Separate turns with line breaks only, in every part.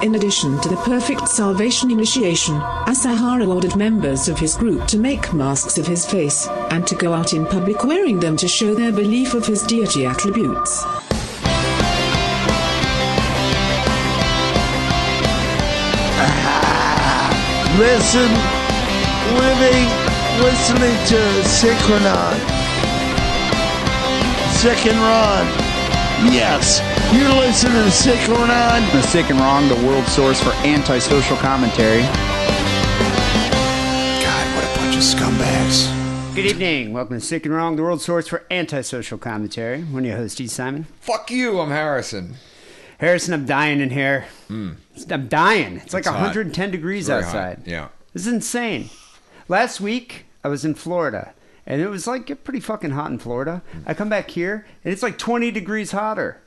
In addition to the perfect salvation initiation, Asahara ordered members of his group to make masks of his face and to go out in public wearing them to show their belief of his deity attributes.
Listen, living, listening to Synchronon. Synchronon. Yes, you're listening to Synchronon.
The Sick and Wrong, the world source for antisocial commentary.
God, what a bunch of scumbags.
Good evening. Welcome to Sick and Wrong, the world source for antisocial commentary. One of your hosts, E. Simon.
Fuck you, I'm Harrison.
Harrison, I'm dying in here. I'm dying. It's, like
Hmm. It's hot.
110 degrees
Very hot,
outside.
yeah.
This is insane. Last week, I was in Florida, and it was like pretty fucking hot in Florida.
Hmm.
I come back here, and it's like 20 degrees hotter.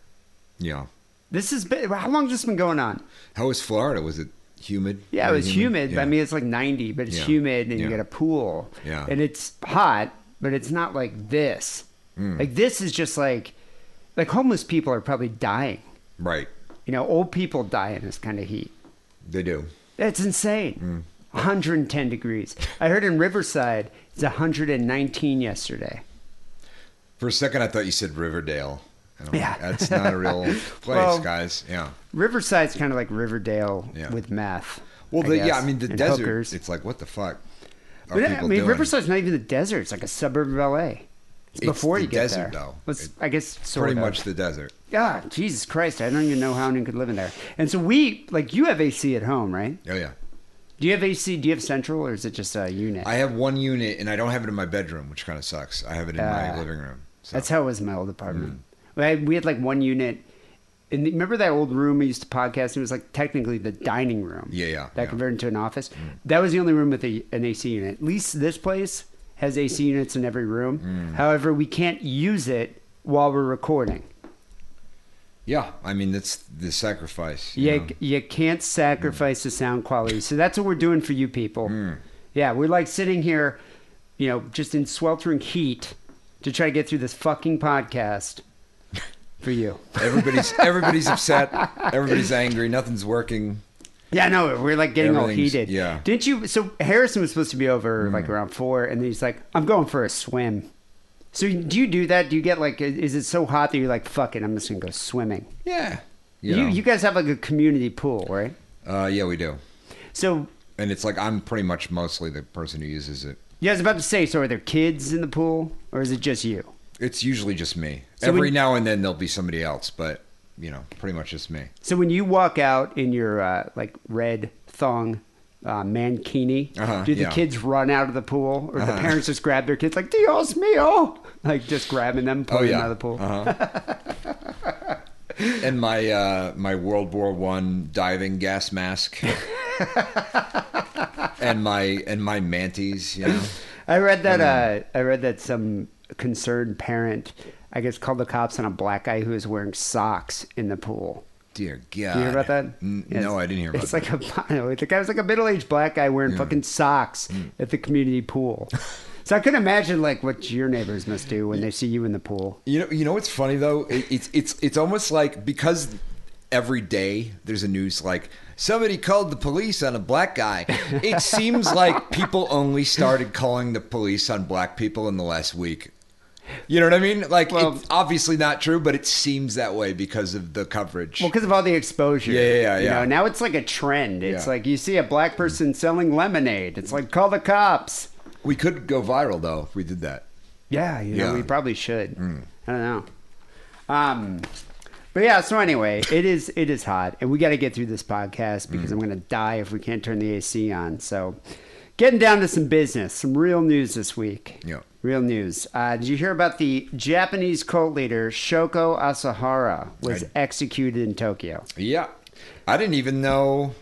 Yeah.
This has been, how long has this been going on?
How was Florida? Was it humid?
Yeah, it
Very
was humid. but I mean, it's like 90, but it's
Yeah.
humid, and you
Yeah.
get a pool.
Yeah.
And it's hot, but it's not like this.
Hmm.
Like, this is just like, like homeless people are probably dying.
Right.
You know, old people die in this kind of heat.
They do.
That's insane.
Hmm.
110 degrees. I heard in Riverside, it's 119 yesterday.
For a second, I thought you said Riverdale. And I'm like,
Yeah.
That's not a real place,
Well-
guys. Yeah.
Riverside's kind of like Riverdale
Yeah.
with meth.
Well, the, yeah,
guess,
I mean, the
and
desert,
hookers.
it's like, what the fuck? Are
But, I
people
mean,
doing?
Riverside's not even the desert. It's like a suburb of LA. It's
It's
before
the
you get
desert,
there.
though.
Let's,
It-
I guess sort
Pretty
of.
much the desert.
Ah, Jesus Christ! I don't even know how anyone could live in there. And so we, like, you have AC at home, right?
Oh, yeah.
Do you have AC? Do you have central, or is it just a unit?
I have one unit, and I don't have it in my bedroom, which kind of sucks. I have it in
Ah.
my living room. So.
That's how it was in my old apartment. We had- We had like one unit. And remember that old room we used to podcast? It was like technically the dining room.
Yeah, yeah,
That
yeah. Mm.
converted into an office. That was the only room with a, an AC unit. At least this place has AC units in every room.
Mm.
However, we can't use it while we're recording.
yeah, I mean, that's the sacrifice. you
You,
know?
you can't sacrifice the sound quality. So that's what we're doing for you people.
Mm.
Yeah, we're like sitting here, you know, just in sweltering heat to try to get through this fucking podcast for you.
Everybody's everybody's upset. Everybody's angry. Nothing's working.
Yeah, no, we're like getting all
Everything's-
heated.
yeah. Mm.
Didn't you? So Harrison was supposed to be over like around four, and then he's like, "I'm going for a swim." So do you do that? Do you get like? Is it so hot that you're like, "Fuck it, I'm just gonna go swimming"?
Yeah.
You
You know.
you guys have like a community pool, right?
uh, yeah, we do.
So
And it's like I'm pretty much mostly the person who uses it.
yeah, I was about to say. So are there kids in the pool, or is it just you?
It's usually just me.
So
Every
when-
now and then there'll be somebody else, but you know, pretty much just me.
So when you walk out in your uh, like red thong uh, mankini,
Uh-huh,
do the
yeah. Uh-huh.
kids run out of the pool, or the parents just grab their kids like "Dios mio," like just grabbing them,
Oh,
pulling them out of the pool?
Uh-huh. and my uh, my World War One diving gas mask. and my and my manties, you know.
I read
Um,
that. Uh, I read that some concerned parent, I guess, called the cops on a black guy who was wearing socks in the pool.
Dear God.
Did you hear about that?
Uh, N-
Yes.
No, I didn't hear about
it's
that.
like a no, the guy was like a middle-aged black guy wearing fucking socks
Mm.
at the community pool. so I couldn't imagine like what your neighbors must do when they see you in the pool.
You know, you know what's funny though? It, it's it's it's almost like because every day there's a news like somebody called the police on a black guy. It seems like people only started calling the police on black people in the last week. You know what I mean? Like
Well-
it's obviously not true, but it seems that way because of the coverage.
Well, because of all the exposure.
Yeah, yeah, yeah,
You know,
yeah.
now it's like a trend. It's
Yeah. Mm.
like you see a black person selling lemonade. It's like call the cops.
we could go viral though if we did that.
Yeah, you know,
Yeah. Mm.
we probably should. I don't know. Um, but yeah, so anyway, it is it is hot, and we got to get through this podcast because
Mm.
I'm going to die if we can't turn the AC on. So, getting down to some business, some real news this week.
Yeah.
real news. Uh, did you hear about the Japanese cult leader Shoko Asahara was
I-
executed in Tokyo?
Yeah. I didn't even know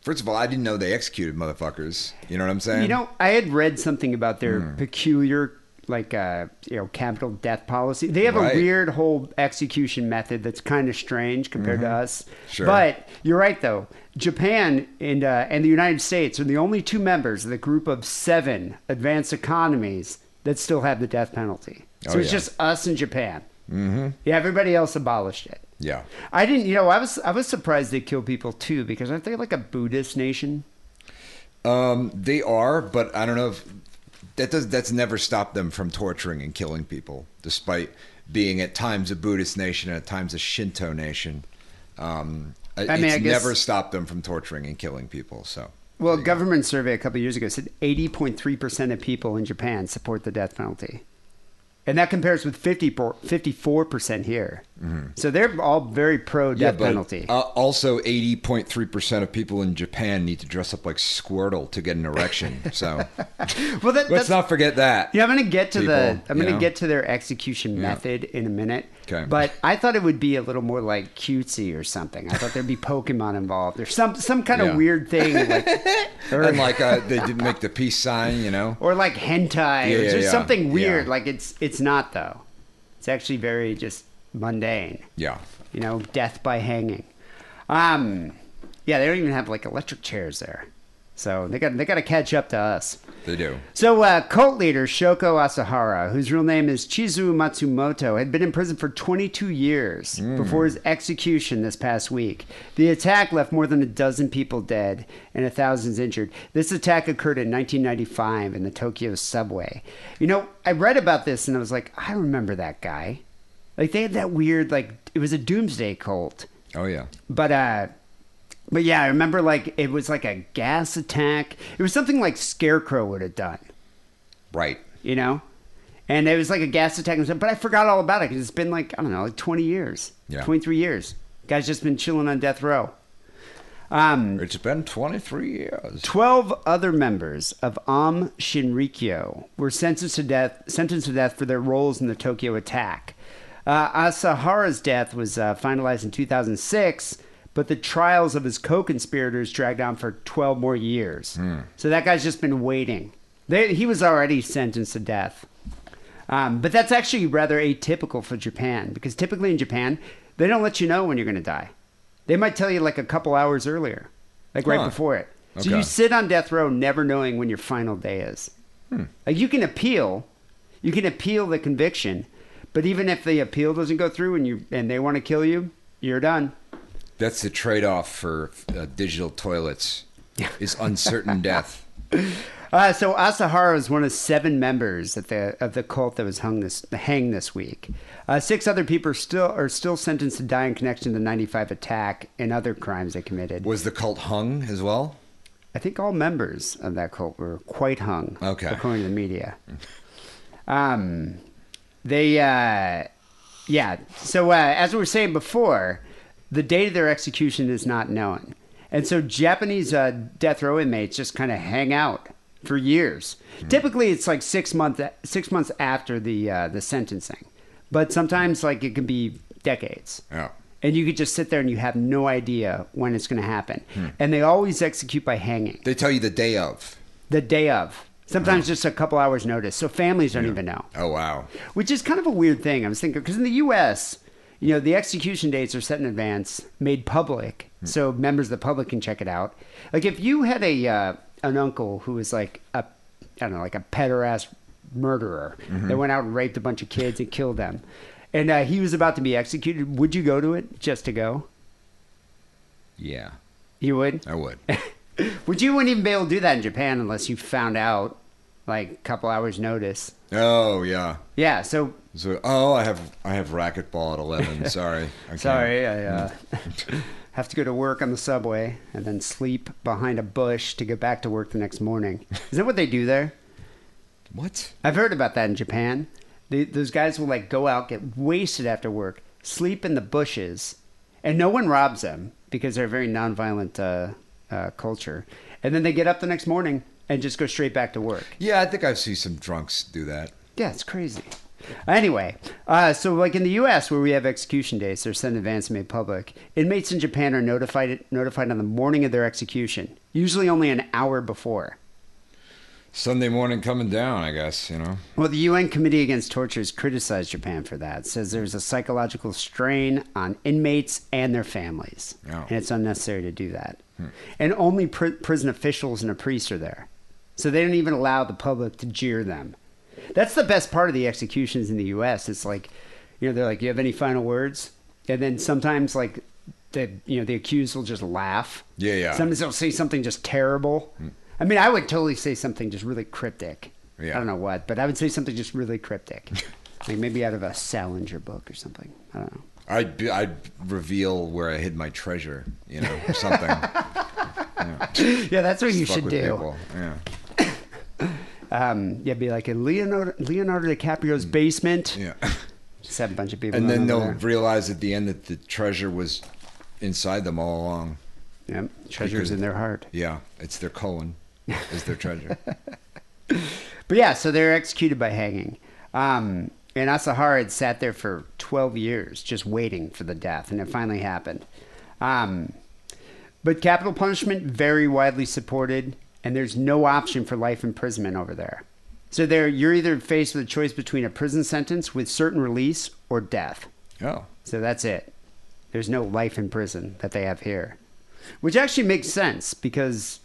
First of all, I didn't know they executed motherfuckers. You know what I'm saying? Hmm.
You know, I had read something about their peculiar, like, uh, you know, capital death policy. They have
Right.
a weird whole execution method that's kind of strange compared to us.
Mm-hmm. Sure.
But you're right, though. Japan and uh, and the United States are the only two members of the group of seven advanced economies that still have the death penalty. So
Oh,
it's
yeah.
just us and Japan. Mm-hmm. Yeah, everybody else abolished it.
Yeah.
I didn't. You know, I was I was surprised they kill people too because aren't they like a Buddhist nation?
Um, they are, but I don't know if that does. That's never stopped them from torturing and killing people, despite being at times a Buddhist nation and at times a Shinto nation. Um,
I mean,
it's
I guess-
never stopped them from torturing and killing people. So,
Well, a
there you go.
government survey a couple years ago said 80.3% of people in Japan support the death penalty. And that compares with 54, 54% here. So they're all very pro
Mm-hmm. Yeah,
death
but,
penalty.
Uh, also, eighty point three percent of people in Japan need to dress up like Squirtle to get an erection. So
well, that,
let's
that's
not forget that.
Yeah, I'm gonna get to the
people,
I'm
you
gonna
know?
get to their execution method in a minute.
'Kay.
But I thought it would be a little more like cutesy or something. I thought there'd be Pokemon involved or some some kind
Yeah.
of weird thing like or,
And like uh, they didn't make the peace sign, you know.
or like hentai or
yeah,
just
yeah.
something weird.
Yeah.
Like it's it's not though. It's actually very just mundane.
Yeah.
You know, death by hanging. Um, yeah, they don't even have like electric chairs there, so they got they got to catch up to us.
They do.
So, uh, cult leader Shoko Asahara, whose real name is Chizu Matsumoto, had been in prison for 22 years before his execution this past week. The attack left more than a dozen people dead and thousands injured. This attack occurred in 1995 in the Tokyo subway. You know, I read about this and I was like, I remember that guy. Like, they had that weird, like, it was a doomsday cult
Oh yeah.
but uh but yeah i remember like it was like a gas attack it was something like scarecrow would have done
Right.
you know and it was like a gas attack and stuff but i forgot all about it because it's been like i don't know like 20 years
Yeah.
23 years guys just been chilling on death row um
It's been twenty three years.
12 other members of Am Shinrikyo were sentenced to death, sentenced to death for their roles in the Tokyo attack. Uh, Asahara's death was uh, finalized in 2006, but the trials of his co conspirators dragged on for 12 more years. So that guy's just been waiting. They, he was already sentenced to death. Um, but that's actually rather atypical for Japan because typically in Japan, they don't let you know when you're going to die. They might tell you like a couple hours earlier, like right
Huh.
before it. So you
Okay.
sit on death row never knowing when your final day is.
Hmm.
Like you can appeal, you can appeal the conviction, but even if the appeal doesn't go through and you and they want to kill you, you're done.
That's the trade off for uh, digital toilets is uncertain death.
Uh, so Asahara was one of seven members of the of the cult that was hung this hanged this week. Uh, six other people are still are still sentenced to die in connection to the '95 attack and other crimes they committed.
Was the cult hung as well?
I think all members of that cult were quite hung,
Okay.
according to the media. Um, they, uh, yeah. So uh, as we were saying before, the date of their execution is not known, and so Japanese uh, death row inmates just kind of hang out for years. Typically, it's like six month six months after the uh, the sentencing, but sometimes like it can be decades.
Yeah.
And you could just sit there and you have no idea when it's going to happen. And they always execute by hanging
They tell you the day of.
the day of. Sometimes just a couple hours notice. So families don't even know,
Oh wow.
which is kind of a weird thing. I was thinking because in the U.S., you know, the execution dates are set in advance, made public, so members of the public can check it out. Like if you had a uh, an uncle who was like a I don't know, like a pederast murderer that went out and raped a bunch of kids and killed them, and uh, he was about to be executed, would you go to it just to go?
Yeah.
You would.
I would.
Would you wouldn't even be able to do that in Japan unless you found out like a couple hours notice.
oh yeah.
Yeah, so
So oh I have I have racquetball at eleven. Sorry. I can't.
sorry, I uh, have to go to work on the subway and then sleep behind a bush to get back to work the next morning. Is that what they do there?
What?
I've heard about that in Japan. The, those guys will like go out, get wasted after work, sleep in the bushes, and no one robs them because they're a very nonviolent uh, uh, culture. And then they get up the next morning and just go straight back to work.
Yeah, I think I've seen some drunks do that.
Yeah, it's crazy. Anyway, uh, so like in the U.S., where we have execution dates, they're sent in advance and made public. Inmates in Japan are notified notified on the morning of their execution, usually only an hour before.
Sunday morning coming down, I guess, you know.
Well, the UN Committee Against Torture has criticized Japan for that. It says there's a psychological strain on inmates and their families,
Yeah. Hmm.
and it's unnecessary to do that. And only pr- prison officials and a priest are there, so they don't even allow the public to jeer them. That's the best part of the executions in the U.S. It's like, you know, they're like, "You have any final words?" and then sometimes like the you know the accused will just laugh.
Yeah, yeah.
Sometimes they'll say something just terrible.
Hmm.
I mean, I would totally say something just really cryptic.
Yeah.
I don't know what, but I would say something just really cryptic, like maybe out of a Salinger book or something. I don't know.
I'd be, I'd reveal where I hid my treasure, you know, or something. Yeah.
Yeah, that's what you
Fuck
should
with
do.
people. Yeah.
Um, yeah, be like in Leonardo, Leonardo DiCaprio's basement.
Hmm. Yeah.
Just have a bunch of people.
And then
over
they'll
there.
realize at the end that the treasure was inside them all along.
Yep. Treasures
Because-
in their heart.
Yeah, it's their colon is their treasure.
But yeah, so they're executed by hanging. Um, and Asahara had sat there for 12 years just waiting for the death, and it finally happened. Um, but capital punishment, very widely supported, and there's no option for life imprisonment over there. So there, you're either faced with a choice between a prison sentence with certain release or death.
oh.
So that's it. There's no life in prison that they have here, which actually makes sense because,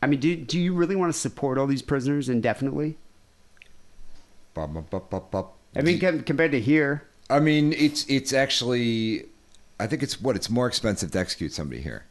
I mean, do do you really want to support all these prisoners indefinitely?
Ba, ba, ba, ba, ba.
I mean, com- compared to here,
I mean, it's it's actually I think it's what it's more expensive to execute somebody here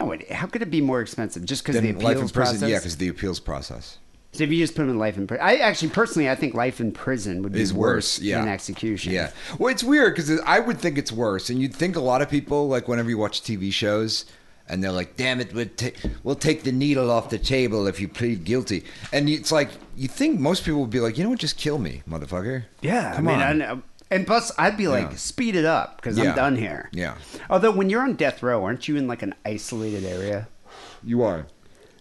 no, wait, how could it be more expensive just because
than
the
life in
appeals
prison.
process?
Yeah, because the appeals process.
so if you just put them in life in prison, I actually personally I think life in prison would be
is worse. Yeah,
than execution.
Yeah. Well, it's weird because I would think it's worse, and you'd think a lot of people like whenever you watch TV shows. And they're like, "Damn it, we'll, ta- we'll take the needle off the table if you plead guilty." And it's like you think most people would be like, "You know what? Just kill me, motherfucker."
Yeah,
come
I mean,
on.
I know. and plus, I'd be like,
Yeah.
speed it up because
Yeah.
I'm done here.
Yeah.
Although, when you're on death row, aren't you in like an isolated area?
You are.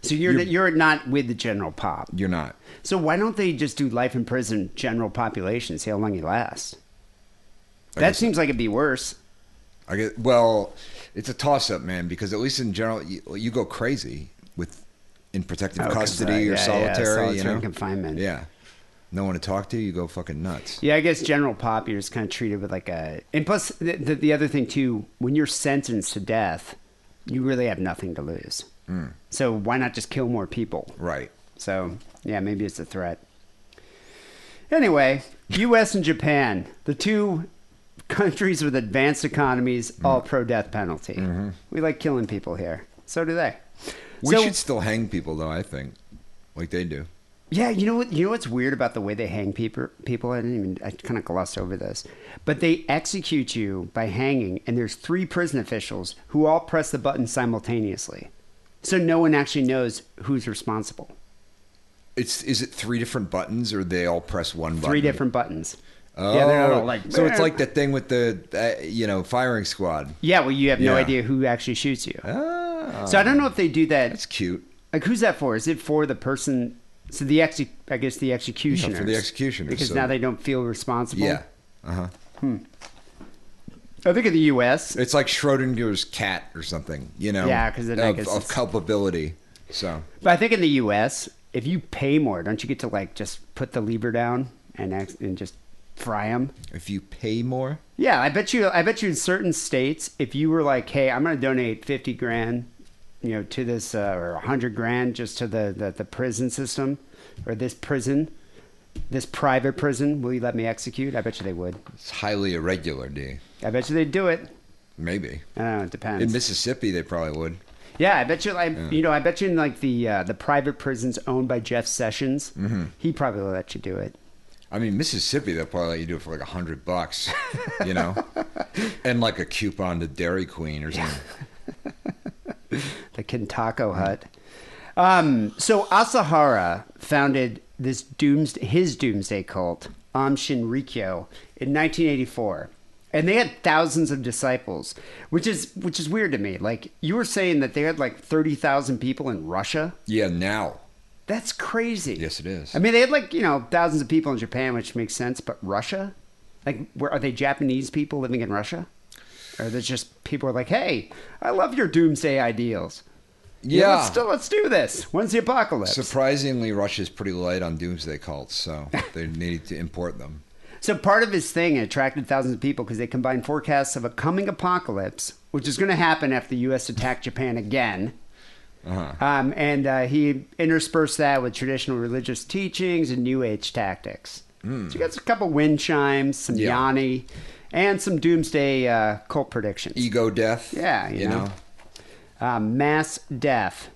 So you're you're, not with the general pop.
You're not.
So why don't they just do life in prison, general population, see how long you last?
I
that
guess-
seems like it'd be worse.
I get well. It's a toss-up, man, because at least in general, you, you go crazy with in protective
Oh, 'cause,
custody
uh,
or
yeah, yeah,
solitary, you
solitary
know,
confinement.
Yeah, no one to talk to. You go fucking nuts.
Yeah, I guess general pop, you're just kind of treated with like a. And plus, the, the, the other thing too, when you're sentenced to death, you really have nothing to lose. So why not just kill more people?
Mm. Right.
So yeah, maybe it's a threat. Anyway, U.S. and Japan, the two countries with advanced economies,
Mm.
all pro death penalty. We like killing people here. So do they.
Mm-hmm. We
so,
should still hang people, though. I think, like they do.
yeah, you know what? You know what's weird about the way they hang people? People, I didn't even. I kind of glossed over this, but they execute you by hanging, and there's three prison officials who all press the button simultaneously, so no one actually knows who's responsible.
It's is it three different buttons or they all press one button?
Three different buttons.
Oh,
yeah, they're not all like.
so it's like the thing with the uh, you know firing squad.
Yeah, well, you have no
Yeah.
idea who actually shoots you.
Ah,
so I don't know if they do that.
that's cute.
Like, who's that for? Is it for the person? So the exe, I guess the executioners.
Oh, executioners,
Because
so-
now they don't feel responsible.
Yeah. Uh huh.
I think in the U.S.
It's like Schrodinger's cat or something. You know.
Yeah, 'cause then I
of-
guess
of
it's-
culpability. So.
But I think in the U.S., if you pay more, don't you get to like just put the lever down and ex- and just fry them?
If you pay more,
Yeah, I bet you. I bet you in certain states, if you were like, "Hey, I'm going to donate fifty grand, you know, to this uh, or hundred grand just to the, the the prison system or this prison, this private prison, will you let me execute?" I bet you they would.
it's highly irregular, D.
I bet you they'd do it.
Maybe.
I don't know. It
In
depends.
Mississippi, they probably would.
yeah, I bet you. Like, You know, I bet you in like the uh, the private prisons owned by Jeff Sessions, he probably will let you do it.
I mean, Mississippi, they'll probably let you do it for like a hundred bucks, you know, and like a coupon to Dairy Queen or something.
the Kintako Hut. Um, so Asahara founded this doomsday, his doomsday cult, Om Shinrikyo, in 1984, and they had thousands of disciples, which is which is weird to me. Like you were saying that they had like 30,000 people in Russia.
Yeah, now.
That's crazy.
Yes, it is.
I mean, they had like you know thousands of people in Japan, which makes sense, but Russia, like, where are they Japanese people living in Russia? Or there's just people are like, hey, I love your doomsday ideals. Yeah,
Yeah.
let's, let's do this. When's the apocalypse?
Surprisingly, Russia's pretty light on doomsday cults, so they needed to import them.
so part of his thing attracted thousands of people because they combined forecasts of a coming apocalypse, which is going to happen after the U.S. attacked Japan again. Um, and uh, he interspersed that with traditional religious Hmm. teachings and New Age tactics. So you got a couple wind chimes, some
Yeah.
Yanni, and some doomsday uh, cult predictions.
Ego death.
Yeah, you, know. Uh, mass death.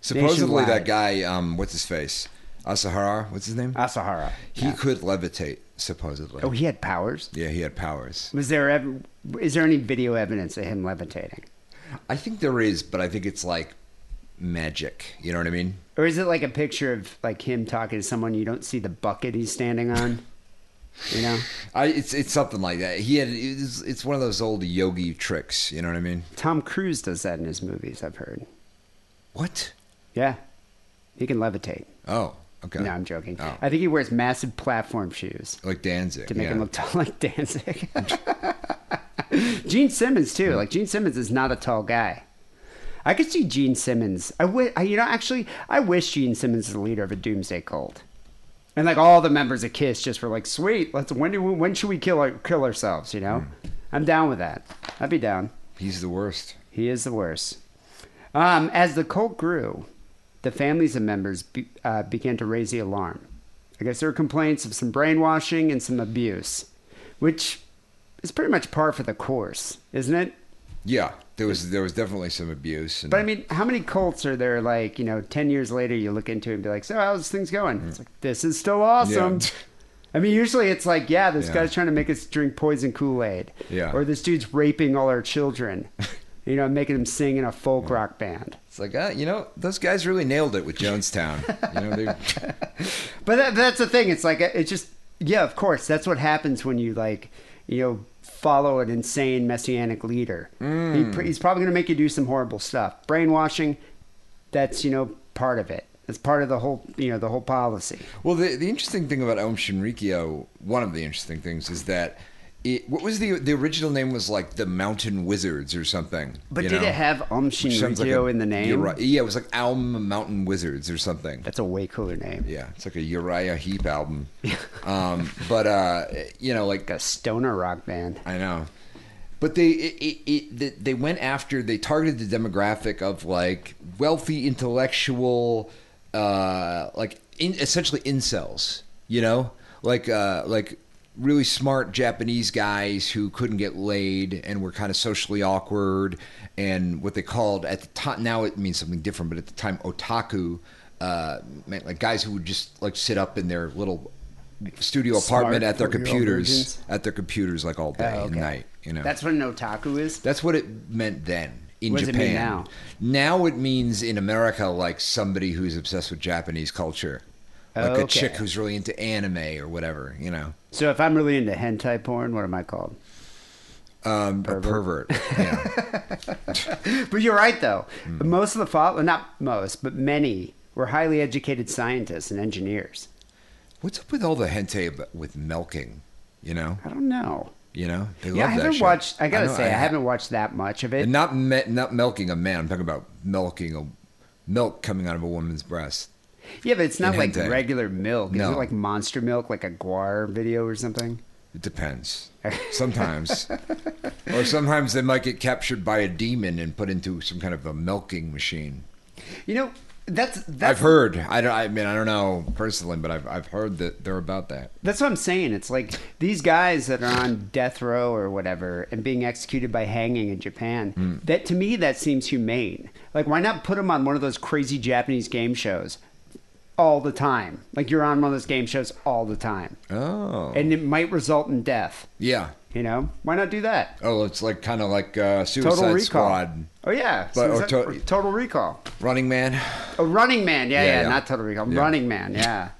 Supposedly
Nationwide.
that guy, um, what's his face? Asahara, what's his name?
Asahara.
he could levitate, supposedly.
Oh, he had powers.
yeah, he had powers.
Was there ever? Is there any video evidence of him levitating,
I think there is, but I think it's like magic. You know what I mean?
or is it like a picture of like him talking to someone you don't see the bucket he's standing on? You know,
I, it's it's something like that. He had it's, it's one of those old yogi tricks. You know what I mean?
Tom Cruise does that in his movies. I've heard.
What?
Yeah, he can levitate.
Oh, okay.
No, I'm joking.
Oh.
I think he wears massive platform shoes
like Danzig
to make
yeah.
him look tall like Danzig. Gene Simmons too. Like Gene Simmons is not a tall guy. I could see Gene Simmons. I wi- I- you know, actually, I wish Gene Simmons is the leader of a doomsday cult, and like all the members of Kiss just were like, "Sweet, let's when do we, when should we kill our, kill ourselves?" You know, I'm down with that. I'd be down.
He's the worst.
He is the worst. Um, as the cult grew, the families of members be, uh, began to raise the alarm. I guess there were complaints of some brainwashing and some abuse, which is pretty much par for the course, isn't it?
Yeah, there was there was definitely some abuse. And,
But I mean, how many cults are there like, you know, 10 years later you look into it and be like, so how's things going? It's like, this is still awesome.
Yeah.
I mean, usually it's like, yeah, this
Yeah.
guy's trying to make us drink poison Kool Aid.
Yeah.
Or this dude's raping all our children, you know, making them sing in a folk rock band.
it's like, ah, you know, those guys really nailed it with Jonestown. you know, they
But that, that's the thing. It's like it's just yeah. Of course, that's what happens when you like you know follow an insane messianic leader. He
Mm.
pr he's probably going to make you do some horrible stuff. Brainwashing. That's you know part of it. That's part of the whole you know the whole policy.
Well, the, the interesting thing about Om Shinrikyo, one of the interesting things is that it, what was the the original name was like the Mountain Wizards or something.
But
you
did
know?
it have Om
Which sounds like
Shinrikyo
a
in the name?
Uri- yeah, it was like Alm Mountain Wizards or something.
That's a way cooler name.
Yeah, it's like a Uriah Heep album. um, but uh, you know, like
Like a stoner rock band.
I know. But they it, it, it, th- they went after they targeted the demographic of like wealthy intellectual uh like in, essentially incels, you know? Like uh like really smart Japanese guys who couldn't get laid and were kind of socially awkward and what they called at the time now it means something different but at the time otaku uh meant like guys who would just like sit up in their little studio
Smart
apartment at their
40-year-old virgins.
computers at their computers like all day
Oh,
and
okay.
night. You know,
That's what an otaku is.
that's what it meant then in
What does it
Japan.
mean now?
Now it means in America, like somebody who's obsessed with Japanese culture, like a
Okay.
chick who's really into anime or whatever. You know,
So if I'm really into hentai porn, what am I called?
um, a pervert. Yeah.
But you're right, though.
Mm.
Most of the follow, not most, but many were highly educated scientists and engineers.
What's up with all the hentai ab- with milking? You know,
I don't know.
you know. They
yeah, I
love that
haven't
shit.
watched. I gotta
know,
say, I, haven't watched that much of it.
And not me- not milking a man. I'm talking about milking a milk coming out of a woman's breast.
yeah, but it's not
in
like
hentai.
regular milk. Is
No.
it like monster milk, like a guar video or something?
It depends. Sometimes. or sometimes they might get captured by a demon and put into some kind of a milking machine.
You know, that's that's
I've heard. I, don't, I mean, I don't know personally, but I've, I've heard that they're about that.
That's what I'm saying. It's like these guys that are on death row or whatever and being executed by hanging in Japan. That to me that seems humane. Like why not put them on one of those crazy Japanese game shows all the time? Like you're on one of those game shows all the time.
Oh.
And it might result in death,
yeah.
you know? Why not do that?
Oh, it's like kind of like uh, Suicide
Total Recall.
Squad,
Oh yeah.
But- or
Suicide-
to-
or total Recall.
Running Man.
Oh, Running Man. Yeah, yeah,
Yeah, yeah.
not Total Recall.
Yeah.
Running Man. Yeah.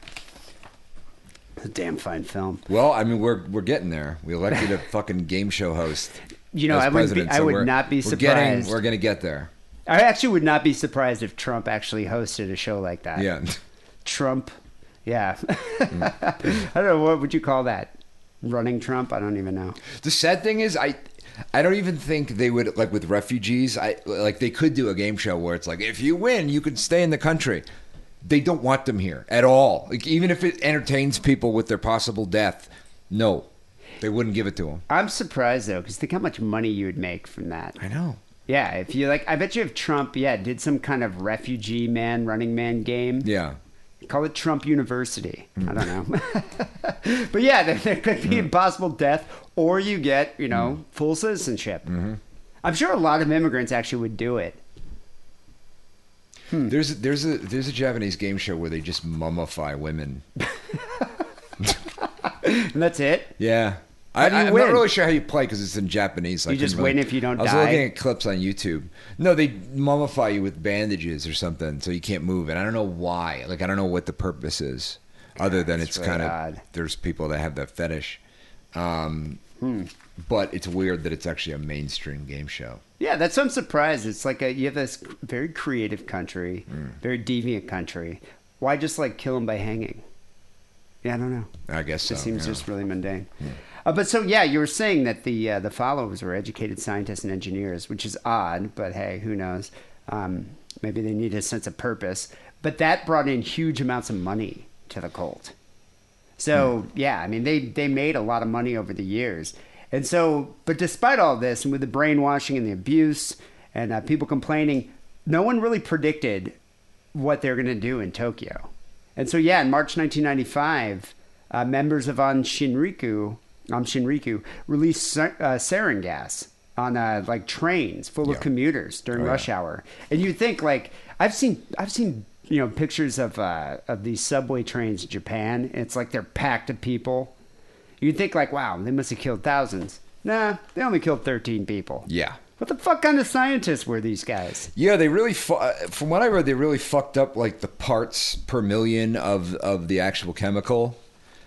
It's a damn fine film.
Well, I mean, we're we're getting there. We elected a fucking game show host.
You know,
as
I wouldn't be-
president,
I would
we're-
not be
we're getting-
surprised.
we're gonna get there.
I actually would not be surprised if Trump actually hosted a show like that.
Yeah.
Trump. Yeah.
Mm.
I don't know what would you call that? Running Trump? I don't even know.
The sad thing is, I, I don't even think they would like with refugees. I like they could do a game show where it's like, if you win, you can stay in the country. They don't want them here at all. Like even if it entertains people with their possible death, no, they wouldn't give it to them.
I'm surprised though, because think how much money you would make from that.
I know.
Yeah, if you like, I bet you if Trump, yeah, did some kind of refugee man, running man game,
Yeah. Hmm.
call it Trump University. I don't know. but yeah, there, there could be impossible death or you get you know
Hmm.
full citizenship.
Mm-hmm.
I'm sure a lot of immigrants actually would do it.
There's there's a there's a Japanese game show where they just mummify women.
And that's it.
Yeah. I,
How do you
I, am
win?
not really sure how you play because it's in Japanese. so I
You
couldn't
just
really-
win if you don't
I was
die?
looking at clips on YouTube. No, they mummify you with bandages or something, so you can't move. And I don't know why. Like I don't know what the purpose is, other than
that's
it's
really
kind
odd.
of there's people that have that fetish. Um,
Hmm.
But it's weird that it's actually a mainstream game show.
Yeah, that's what I'm surprised. It's like a, you have this very creative country,
Hmm.
very deviant country. Why just like kill them by hanging? Yeah, I don't know.
I guess
It
so.
just seems
yeah.
just really mundane. Uh, but so yeah, you were saying that the uh, the followers were educated scientists and engineers, which is odd. But hey, who knows? Um, maybe they need a sense of purpose. But that brought in huge amounts of money to the cult. So
Hmm.
yeah, I mean they they made a lot of money over the years, and so but despite all this and with the brainwashing and the abuse and uh, people complaining, no one really predicted what they're going to do in Tokyo, and so yeah, in March 1995, uh, members of On Shinriku, um, Shinriku released ser- uh, sarin gas on uh, like trains full of
Yeah.
commuters during
Oh,
rush
yeah.
hour, and you think like I've seen I've seen you know pictures of uh, of these subway trains in Japan. And it's like they're packed of people. You'd think like, wow, they must have killed thousands. Nah, they only killed thirteen people.
Yeah.
What the fuck kind of scientists were these guys?
Yeah, they really. Fu- uh, from what I read, they really fucked up like the parts per million of of the actual chemical,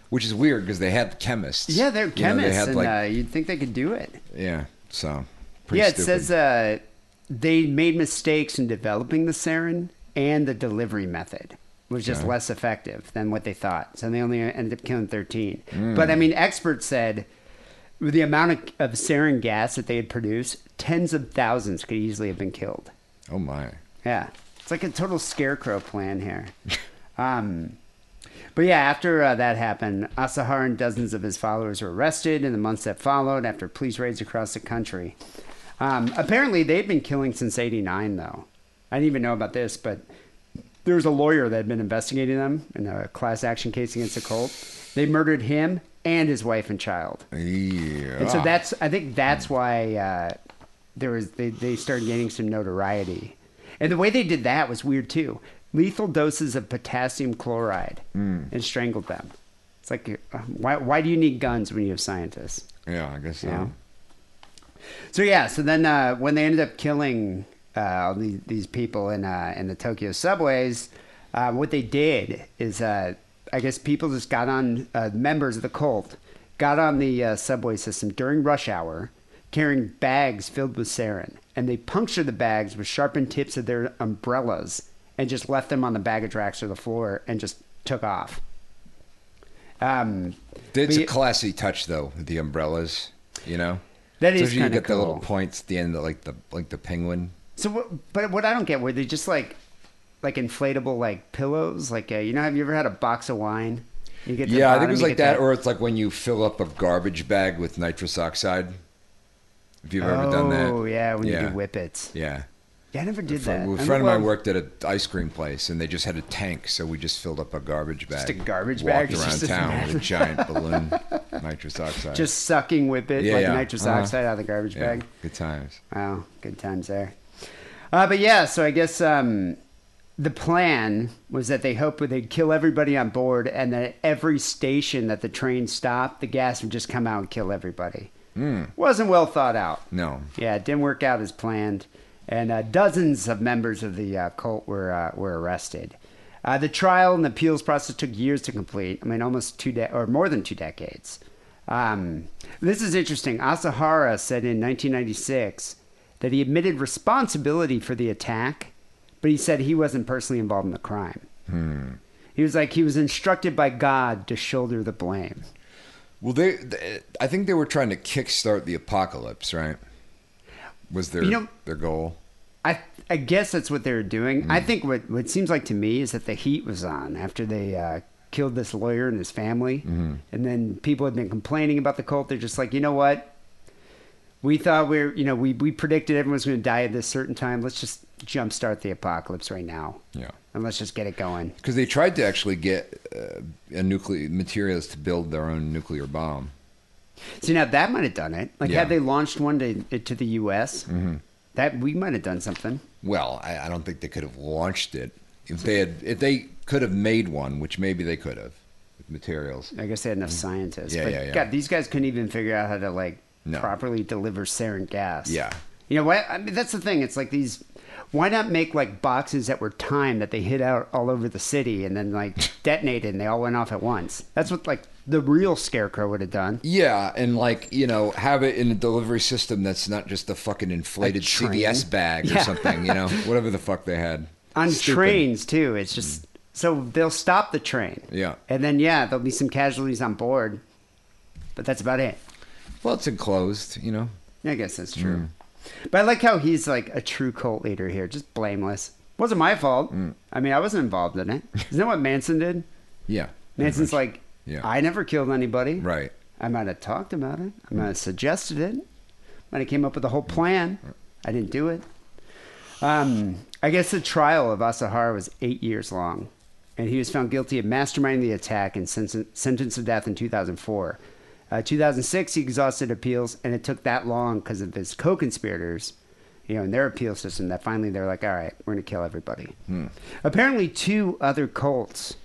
which is weird because they had chemists.
Yeah, they're
You know,
chemists,
had,
and
like-
uh, you'd think they could do it.
yeah, so pretty
yeah, it
stupid.
says uh, they made mistakes in developing the sarin and the delivery method was just less effective than what they thought. So they only ended up killing 13.
Hmm.
But I mean, experts said with the amount of, of sarin gas that they had produced, tens of thousands could easily have been killed.
oh my.
Yeah. It's like a total scarecrow plan here. um, but yeah, after uh, that happened, Asahar and dozens of his followers were arrested in the months that followed after police raids across the country. Um, apparently, they've been killing since 89, though. I didn't even know about this, but there was a lawyer that had been investigating them in a class action case against a cult. They murdered him and his wife and child.
Yeah.
And so that's I think that's why uh, there was they, they started gaining some notoriety. And the way they did that was weird too. Lethal doses of potassium chloride and strangled them. It's like uh, why why do you need guns when you have scientists?
yeah, I guess so.
Yeah. So yeah, so then uh, when they ended up killing uh, all these, these people in uh, in the Tokyo subways, uh, what they did is uh, I guess people just got on uh, members of the cult got on the uh, subway system during rush hour, carrying bags filled with sarin, and they punctured the bags with sharpened tips of their umbrellas and just left them on the baggage racks or the floor and just took off. Um,
It's a
But-
classy touch though. The umbrellas, you know.
That is
Especially you
kinda
get the little
cool.
points at the end, of, like the like the penguin.
So, what, but what I don't get were they just like, like inflatable like pillows? Like, uh, you know, have you ever had a box of wine? You get to the
Yeah, I think
bottom,
it was
you
like
get
that, or it's like when you fill up a garbage bag with nitrous oxide. If you've ever done that.
Oh yeah, when you
Yeah.
do whippets.
Yeah.
Yeah, I never did
Fr-
that.
well,
I
A friend of
love
mine worked at an ice cream place, and they just had a tank, so we just filled up a garbage bag.
Just a garbage bag?
walked
It's
around
just a-
town with a giant balloon, nitrous oxide.
Just sucking whippet
Yeah,
like
yeah.
nitrous
Uh-huh.
oxide out of the garbage
yeah,
bag.
good times.
Wow, good times there. Uh, but yeah, so I guess um, the plan was that they hoped that they'd kill everybody on board, and that at every station that the train stopped, the gas would just come out and kill everybody.
Hmm.
Wasn't well thought out.
No,
Yeah, it didn't work out as planned, and uh, dozens of members of the uh, cult were uh, were arrested. Uh, the trial and appeals process took years to complete. I mean, almost two de- or more than two decades. Um, this is interesting. Asahara said in 1996 that he admitted responsibility for the attack, but he said he wasn't personally involved in the crime. He was like he was instructed by God to shoulder the blame.
well, they, th I think they were trying to kickstart the apocalypse, right? Was their
You know-
their goal?
I I guess that's what they were doing. I
Mm.
think what what it seems like to me is that the heat was on after they uh, killed this lawyer and his family,
Mm-hmm.
and then people had been complaining about the cult. They're just like, you know what? We thought we are you know, we we predicted everyone's going to die at this certain time. Let's just jumpstart the apocalypse right now,
Yeah,
and let's just get it going.
because they tried to actually get uh, a nuclear materials to build their own nuclear bomb.
See now that might have done it. Like
Yeah. Mm-hmm.
had they launched one to to the U.S., that we might have done something.
Well, I, I don't think they could have launched it if they had. If they could have made one, which maybe they could have, with materials.
I guess they had enough scientists.
Mm. Yeah,
but
yeah, yeah.
God, these guys couldn't even figure out how to like
No.
properly deliver sarin gas.
Yeah.
You know what? I mean, that's the thing. It's like these. Why not make like boxes that were timed that they hit out all over the city and then like detonated and they all went off at once? That's what like the real scarecrow would have done.
Yeah, and like you know, have it in a delivery system that's not just a fucking inflated
train?
CVS bag or
Yeah.
something. You know, whatever the fuck they had
on
Stupid. Mm.
trains too. It's just so they'll stop the train.
Yeah.
And then yeah, there'll be some casualties on board, but that's about it.
Well, it's enclosed. You know,
I guess that's true. But I like how he's like a true cult leader here, just blameless. Wasn't my fault. I mean, I wasn't involved in it. Isn't that what Manson did?
yeah.
Manson's like,
Yeah.
I never killed anybody.
Right. Mm-hmm.
I might have talked about it. I might have suggested it. Might have came up with a whole plan.
Mm-hmm.
I didn't do it. Um, I guess the trial of Asahara was eight years long, and he was found guilty of masterminding the attack and sen- sentenced to death in 2004. Uh, 2006, he exhausted appeals, and it took that long because of his co-conspirators, you know, and their appeal system. That finally they're like, all right, we're going to kill everybody.
Hmm.
Apparently, two other cults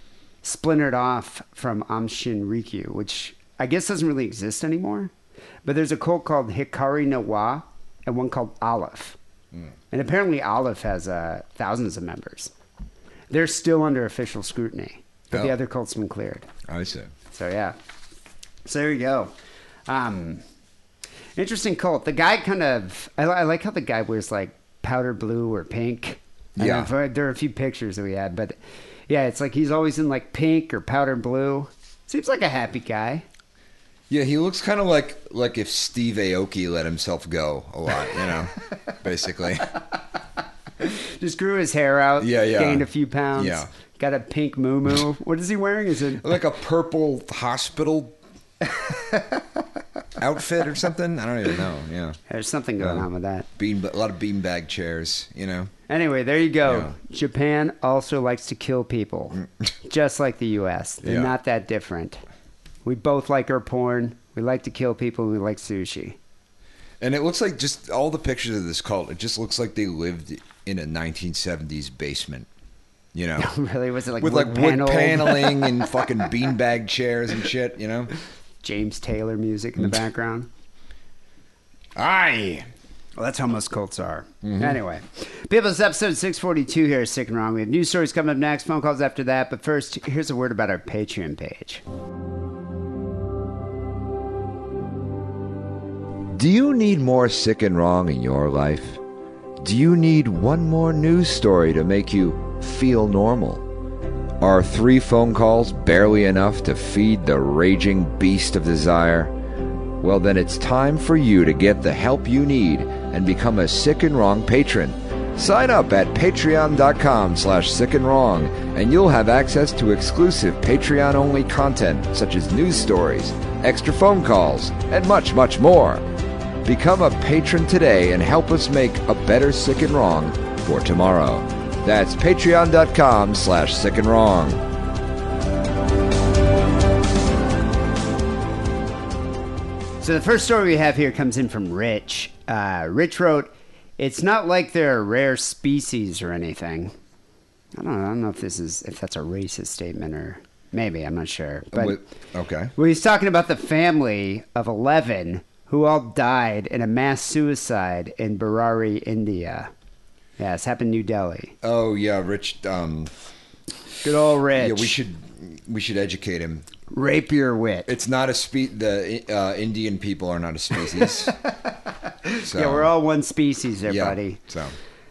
splintered off from Amshin Rikyu, which I guess doesn't really exist anymore. But there's a cult called Hikari no Wa and one called Aleph. And apparently Aleph has uh, thousands of members. They're still under official scrutiny, but the
Oh.
other cult's been cleared.
I see.
So yeah. So there you go. Um, interesting cult. The guy kind of I, li- I like how the guy wears like powder blue or pink. I
Yeah.
don't know, there are a few pictures that we had, but yeah, it's like he's always in like pink or powder blue. Seems like a happy guy.
Yeah, he looks kind of like like if Steve Aoki let himself go a lot. You know, basically.
Just grew his hair out.
Yeah, yeah.
Gained a few pounds.
Yeah.
Got a pink moo moo. what is he wearing? Is it
like a purple hospital outfit or something. I don't even know. Yeah,
there's something going
Uh,
on with that?
bean a lot of beanbag chairs. You know.
Anyway, there you go. Japan also likes to kill people, just like the U.S. They're
Yeah.
not that different. We both like our porn. We like to kill people. and We like sushi.
And it looks like just all the pictures of this cult. It just looks like they lived in a 1970s basement. You know,
really, was it like
with
wood
like
panel,
wood paneling and fucking beanbag chairs and shit. You know.
James Taylor music in the background?
Aye. Mm-hmm.
Well, that's how most cults are. Anyway, people, it's episode 642 here at Sick and Wrong. We have news stories coming up next, phone calls after that. But first, here's a word about our Patreon page.
Do you need more sick and wrong in your life? Do you need one more news story to make you feel normal? Are three phone calls barely enough to feed the raging beast of desire? Well, then it's time for you to get the help you need and become a sick and wrong patron. Sign up at patreon.com slash sick and wrong, and you'll have access to exclusive Patreon only content such as news stories, extra phone calls, and much, much more. Become a patron today and help us make a better Sick and Wrong for tomorrow. That's patreon.com slash sick and wrong.
So the first story we have here comes in from Rich. Uh, Rich wrote, "It's not like they're a rare species or anything." I don't know. I don't know if this is if that's a racist statement or maybe I'm not sure. But
okay.
well, he's talking about the family of eleven who all died in a mass suicide in Barari, India. Yeah, it's happened in New Delhi.
Oh yeah, Rich um
Good old Rich.
yeah, we should we should educate him.
rape your wit.
It's not a spe the uh, Indian people are not a species. so,
yeah, we're all one species, there,
yeah,
buddy.
So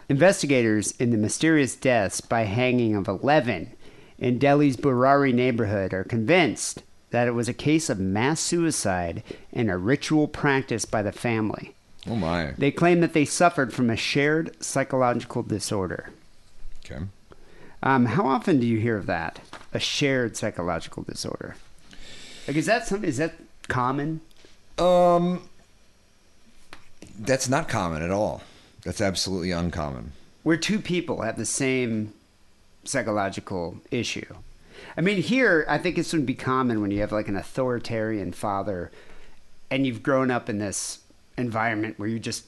Investigators in the mysterious deaths by hanging of 11 in Delhi's Burari neighborhood are convinced that it was a case of mass suicide and a ritual practice by the family.
Oh my.
They claim that they suffered from a shared psychological disorder.
Okay.
Um, how often do you hear of that? A shared psychological disorder. Like, is that something? Is that common?
Um that's not common at all. That's absolutely uncommon.
where two people have the same psychological issue. I mean, here I think this would be common when you have like an authoritarian father and you've grown up in this environment where you just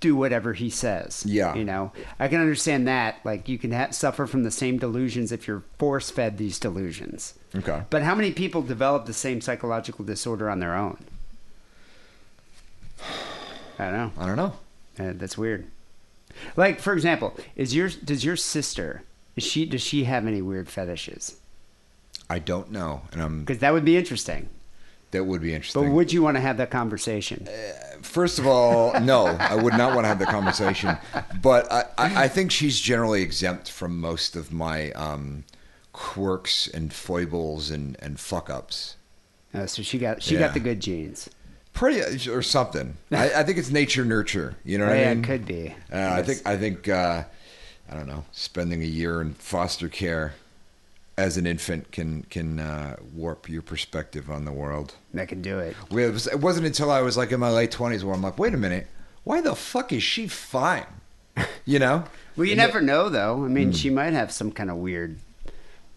do whatever he says.
Yeah.
You know, I can understand that. Like, you can ha- suffer from the same delusions if you're force fed these delusions.
Okay.
But how many people develop the same psychological disorder on their own? I don't know.
I don't know.
Uh, that's weird. Like for example, is your does your sister is she does she have any weird fetishes?
I don't know, and I'm
Because that would be interesting.
that would be
But
interesting.
would you want to have that conversation?
First of all, no, I would not want to have the conversation. But I, I, I think she's generally exempt from most of my um, quirks and foibles and, and fuck ups.
Uh, so she got she
Yeah.
got the good genes.
Pretty or something. I, I think it's nature nurture. You know what
Yeah,
I
it
mean?
could be.
Uh, I
Yes.
think I think uh, I don't know. Spending a year in foster care as an infant can can uh, warp your perspective on the world.
That can do it.
It, was, it wasn't until I was like in my late twenties where I'm like, wait a minute, why the fuck is she fine? You know?
Well, you
And
never know though. I mean, she might have some kind of weird,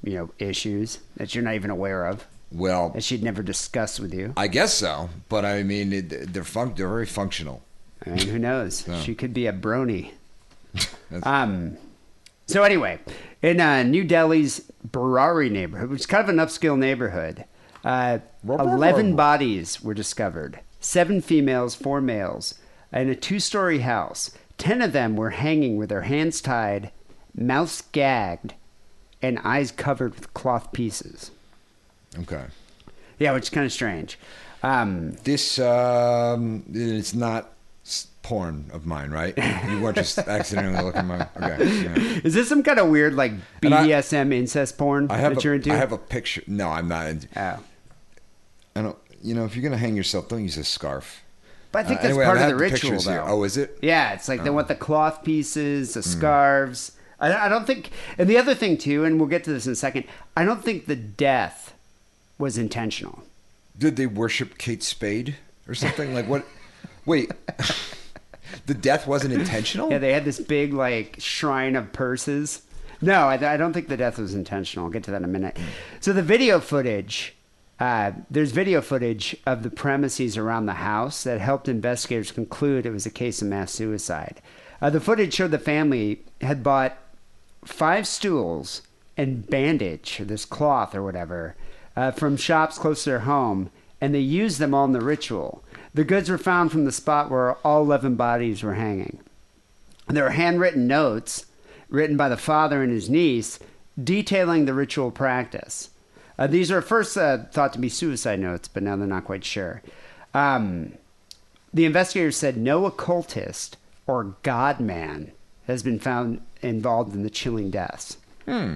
you know, issues that you're not even aware of
it- Well,
that she'd never discuss with you.
I guess so, but I mean, it, they're func- they're very functional.
I mean, who knows?
No.
She could be a brony.
That's-
um, so anyway, in uh, New Delhi's Barari neighborhood, which is kind of an upscale neighborhood, uh, eleven bodies were discovered: seven females, four males, in a two-story house. Ten of them were hanging with their hands tied, mouths gagged, and eyes covered with cloth pieces.
Okay.
Yeah, which is kind of strange. Um,
This um, it's not s- porn of mine, right? You weren't just accidentally looking my okay. yeah.
is this some kind of weird like
And I-
BDSM incest porn
I have
that
a,
you're into?
I have a picture. No, I'm not. in-
Oh.
I don't. You know, if you're gonna hang yourself, don't use a scarf.
But I think
Uh,
that's
anyway,
part
I
of the
have the
ritual,
pictures
though.
here. Oh, is it? Oh. Mm.
Yeah, it's like they want the cloth pieces, the scarves. I, I don't think. And the other thing too, and we'll get to this in a second. I don't think the death was intentional.
Did they worship Kate Spade or something? Like what? Wait, the death wasn't intentional.
Yeah, they had this big like shrine of purses. No, I, I don't think the death was intentional. I'll get to that in a minute. So the video footage, uh, there's video footage of the premises around the house that helped investigators conclude it was a case of mass suicide. Uh, the footage showed the family had bought five stools and bandage, or this cloth or whatever, uh, from shops close to their home, and they used them on the ritual. The goods were found from the spot where all 11 bodies were hanging. There are handwritten notes written by the father and his niece detailing the ritual practice. Uh, these are first uh, thought to be suicide notes, but now they're not quite sure. Um, the investigators said no occultist or god man has been found involved in the chilling deaths.
Hmm.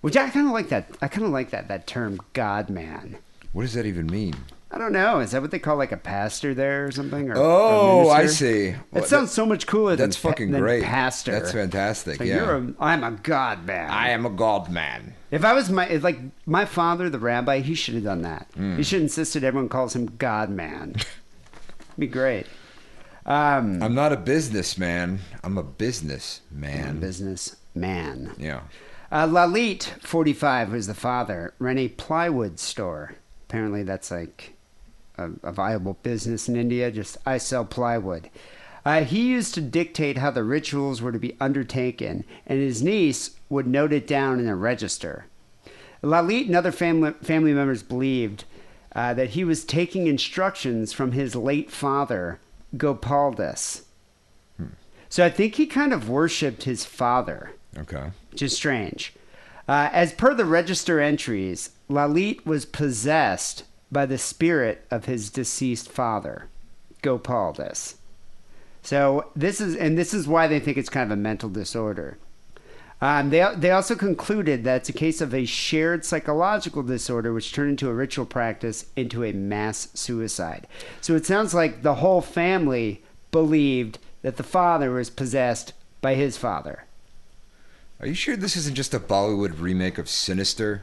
Which I kind of like that. I kind of like that that term god man.
What does that even mean?
I don't know. Is that what they call like a pastor there or something? Or a
Oh, I
minister?
see.
That
Well,
sounds
that-
so much cooler.
That's
than pa-
fucking
than
great.
Pastor.
That's fantastic,
So
yeah.
you're a, I'm a god man.
I am a god man.
If I was my if, like my father, the rabbi, he should have done that.
Hmm.
He should have insisted everyone calls him God man. Be great. Um,
I'm not a businessman. I'm a business
Hmm.
man.
business man.
Yeah.
Uh, Lalit, 45, was the father, ran a plywood store. Apparently, that's like a, a viable business in India. Just, I sell plywood. Uh, he used to dictate how the rituals were to be undertaken, and his niece would note it down in a register. Lalit and other family, family members believed uh, that he was taking instructions from his late father, Gopaldas. So I think he kind of worshipped his father
Okay.
which is strange. Uh, as per the register entries, Lalit was possessed by the spirit of his deceased father, Gopaldus. So this is, and this is why they think it's kind of a mental disorder. Um, they they also concluded that it's a case of a shared psychological disorder, which turned into a ritual practice into a mass suicide. So it sounds like the whole family believed that the father was possessed by his father.
Are you sure this isn't just a Bollywood remake of Sinister?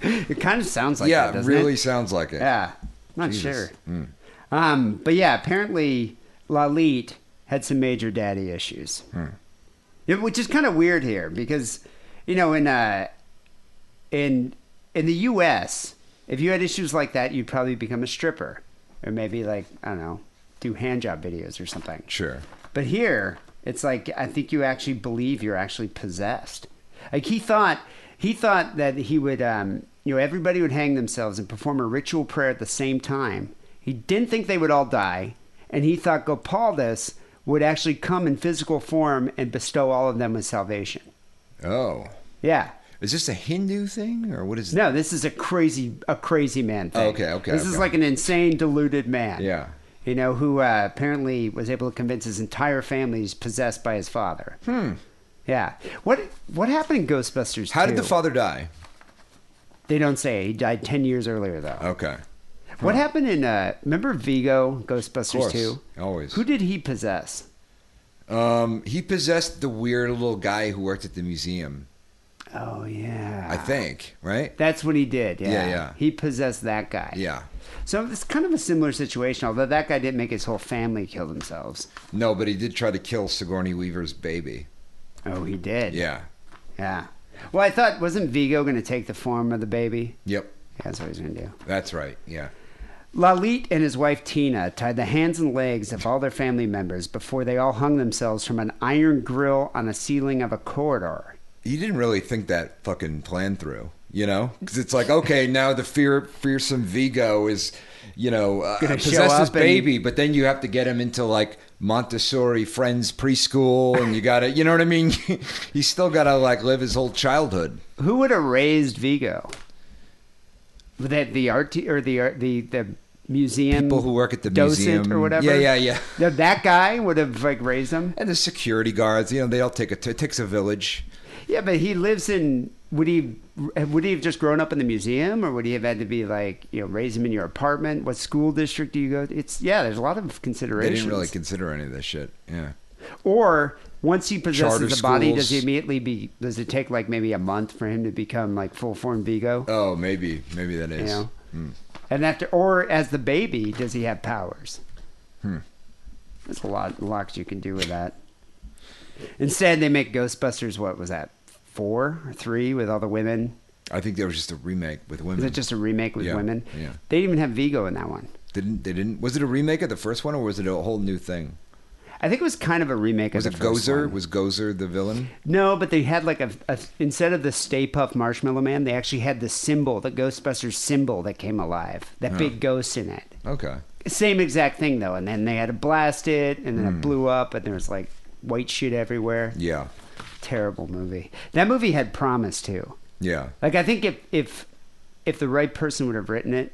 It kind of sounds like
yeah,
that, doesn't
really
it?
sounds like it.
Yeah, not
Jesus. Hmm.
sure. Um, but yeah, apparently Lalit had some major daddy issues,
Hmm.
Yeah, which is kind of weird here because you know in uh, in in the U.S. if you had issues like that, you'd probably become a stripper. or maybe like I don't know, do hand job videos or something.
Sure.
But here, it's like I think you actually believe you're actually possessed. Like he thought, he thought that he would, um, you know, everybody would hang themselves and perform a ritual prayer at the same time. He didn't think they would all die, and he thought Gopaldas would actually come in physical form and bestow all of them with salvation.
Oh.
Yeah.
Is this a Hindu thing or what is
No, this is a crazy, a crazy man thing.
Okay, okay,
This is
okay.
like an insane, deluded man.
Yeah.
You know, who uh, apparently was able to convince his entire family he's possessed by his father. Hmm. Yeah. What What happened in Ghostbusters?
How did
2?
the father die?
They don't say. He died ten years earlier, though.
Okay.
What happened in? Uh, remember Vigo Ghostbusters
oh. course,
Two?
always.
Who did he possess?
Um, he possessed the weird little guy who worked at the museum,
Oh yeah.
I think, right?
That's what he did. Yeah.
Yeah, yeah.
He possessed that guy.
Yeah.
So it's kind of a similar situation, although that guy didn't make his whole family kill themselves.
No, but he did try to kill Sigourney Weaver's baby.
Oh, he did.
Yeah.
Yeah. Well, I thought wasn't Vigo going to take the form of the baby?
Yep.
Yeah, that's what he's going to do.
That's right. Yeah.
Lalit and his wife Tina tied the hands and legs of all their family members before they all hung themselves from an iron grill on a ceiling of a corridor.
He didn't really think that fucking plan through, you know? Because it's like, okay, now the fear, fearsome Vigo is, you know, uh,
Gonna show
possessed his
up and-
baby, but then you have to get him into like Montessori friends preschool, and you gotta, you know what I mean? He's still gotta like live his whole childhood.
Who would have raised Vigo? That the art or the art- the the museum
People who work at the
docent
museum.
or whatever.
Yeah, yeah, yeah.
Now, that guy would have like raised him.
And the security guards, you know, they all take a, it takes a village.
Yeah, but he lives in. Would he would he have just grown up in the museum, or would he have had to be like you know raise him in your apartment? What school district do you go? to? It's yeah, there's a lot of
They
considerations.
didn't really consider any of this shit. Yeah.
or once he possesses
Charter
the body,
schools.
does he immediately be? Does it take like maybe a month for him to become like full form Vigo?
Oh, Hmm. maybe, maybe that
you
is.
know, and after or as the baby, does he have powers? Hmm. There's a lot lots you can do with that. Instead, they make Ghostbusters. What was that? Four or three with all the women.
I think there was just a remake with
Is
women.
it just a remake with
Yeah,
women?
yeah.
They didn't even have Vigo in that one.
Didn't they didn't? Was it a remake of the first one, or was it a whole new thing?
I think it was kind of a remake
Was
of
it
the first
Gozer?
one.
Was Gozer the villain?
No, but they had like a, a instead of the Stay Puff Marshmallow Man, they actually had the symbol, the Ghostbusters symbol that came alive, that big ghost in it.
Okay.
Same exact thing though, and then they had to blast it, and then it blew up, and there was like white shit everywhere.
Hmm. Yeah.
Terrible movie. That movie had promise too.
Yeah.
Like I think if if if the right person would have written it,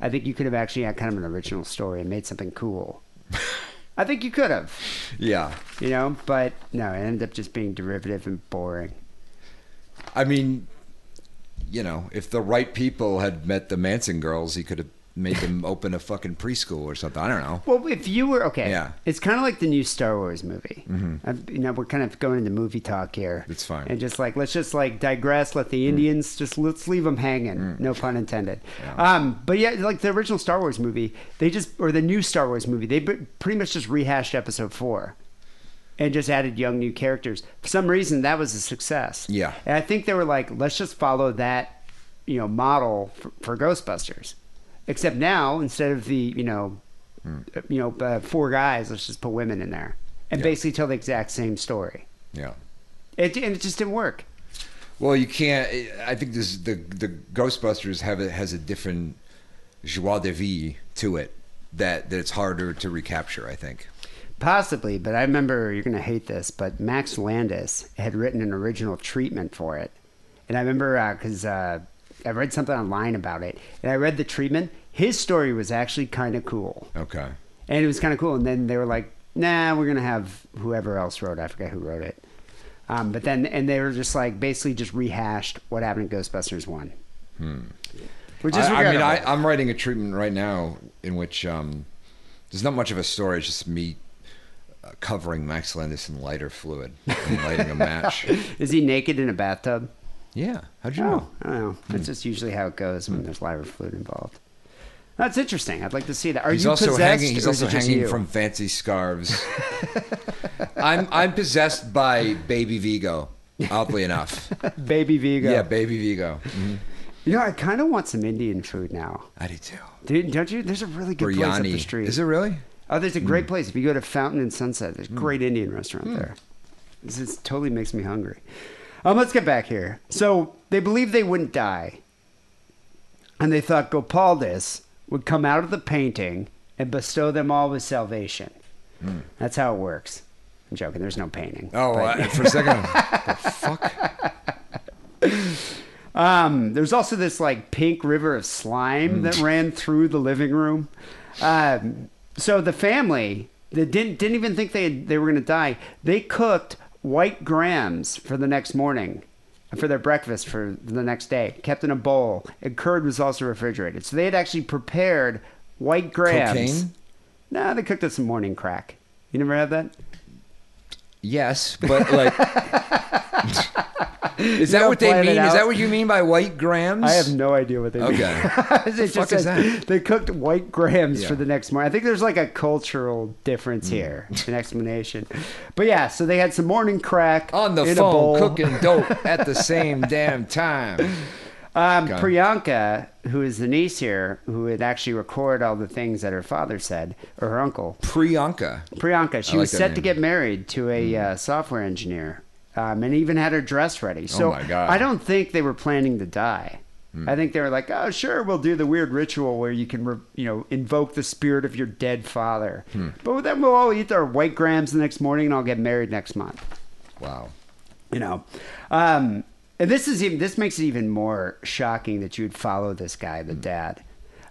I think you could have actually had kind of an original story and made something cool. I think you could have,
Yeah.
you know, but no, it ended up just being derivative and boring.
I mean, you know, if the right people had met the Manson girls, he could have made them open a fucking preschool or something. I don't know.
Well, if you were okay,
Yeah.
it's kind of like the new Star Wars movie. I'm- you know, we're kind of going into movie talk here.
That's fine. Mm.
And just like let's just like digress. Let the Indians just let's leave them hanging. No pun intended. Um, but yeah, like the original Star Wars movie, they just or the new Star Wars movie, they pre- pretty much just rehashed Episode Four. And just added young new characters. For some reason, that was a success.
Yeah.
and I think they were like, let's just follow that, you know, model for, for Ghostbusters. Except now, instead of the you know you know, uh, four guys. Let's just put women in there and basically tell the exact same story.
Yeah.
It and it just didn't work.
Well, you can't. I think this the the Ghostbusters have a, has a different joie de vie to it that that it's harder to recapture. I think.
Possibly, but I remember you're going to hate this, but Max Landis had written an original treatment for it, and I remember because uh, I read something online about it, and I read the treatment. His story was actually kind of cool,
Okay.
and it was kind of cool. And then they were like, "Nah, we're going to have whoever else wrote. I forget who wrote it." Um, but then, and they were just like basically just rehashed what happened in Ghostbusters One. Which is
Hmm. I, I mean,
regrettable.
I, I'm writing a treatment right now in which um, there's not much of a story. It's just me uh, covering Max Landis in lighter fluid and lighting a match.
Is he naked in a bathtub?
Yeah. How'd you Oh, know? Hmm.
No, I don't know. Oh. That's just usually how it goes when there's liver fluid involved. That's interesting. I'd like to see that. Are
he's
you
also
possessed?
hanging. He's
or is
also
it just
hanging
you?
from fancy scarves. I'm I'm possessed by Baby Vigo. Oddly enough,
Baby Vigo.
yeah, Baby Vigo. Mm-hmm.
You know, I kind of want some Indian food now.
I do too.
Dude, don't you? There's a really good place up the
Biryani.
street.
Is it really?
Oh, there's a great place. If you go to Fountain and Sunset, there's a great Indian restaurant there. This is, totally makes me hungry. Um, let's get back here. So they believed they wouldn't die. And they thought Gopaldus would come out of the painting and bestow them all with salvation. That's how it works. I'm joking. There's no painting.
Oh, I, for a second. the fuck?
Um, there's also this like pink river of slime that ran through the living room. Um, so the family that didn't didn't even think they had, they were gonna die. They cooked white grams for the next morning, for their breakfast for the next day. Kept in a bowl. And curd was also refrigerated. So they had actually prepared white grams.
Cocaine?
No, nah, they cooked up some morning crack. You never had that?
Yes, but like. Is that
don't
what they
plan it
mean? Is
out?
that what you mean by white grams?
I have no idea what they did.
Okay.
they just
fuck is
said
that?
They cooked white grams
Yeah. Hmm.
for the next morning. I think there's like a cultural difference here, an explanation. But yeah, so they had some morning crack
On the
in a bowl.
phone, cooking dope at the same damn time.
Um,
Okay.
Priyanka, who is the niece here, who would actually record all the things that her father said or her uncle.
Priyanka.
Priyanka, she
I like
was
that
set
name. Hmm.
to get married to a uh, software engineer, um, and even had her dress ready. So
Oh my God. Hmm.
I don't think they were planning to die. I think they were like, "Oh, sure, we'll do the weird ritual where you can, re- you know, invoke the spirit of your dead father."
Hmm.
But then we'll all eat our white grams the next morning, and I'll get married next month.
Wow.
You know, um, and this is even this makes it even more shocking that you'd follow this guy, the dad.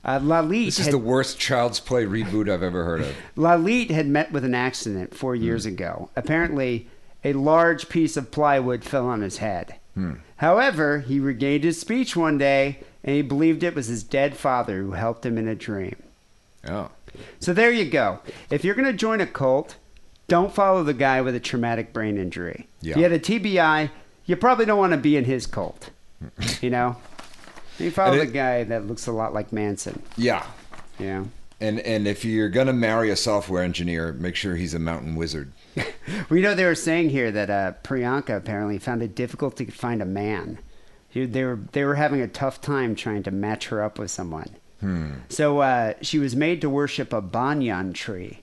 Uh, Lalit
Hmm. This is
had-
the worst Child's Play reboot I've ever heard of.
Lalit had met with an accident four
Hmm.
years ago. Apparently, a large piece of plywood fell on his head.
Hmm.
However, he regained his speech one day and he believed it was his dead father who helped him in a dream.
Oh.
So there you go. If you're going to join a cult, don't follow the guy with a traumatic brain injury.
Yeah.
If you had a TBI, you probably don't want to be in his cult. you know? You follow
Hmm. And
the
it-
guy that looks a lot like Manson.
Yeah.
You know?
And and if you're gonna marry a software engineer, make sure he's a mountain wizard.
We know they were saying here that uh, Priyanka apparently found it difficult to find a man. They they were they were having a tough time trying to match her up with someone.
Hmm.
So uh, she was made to worship a banyan tree,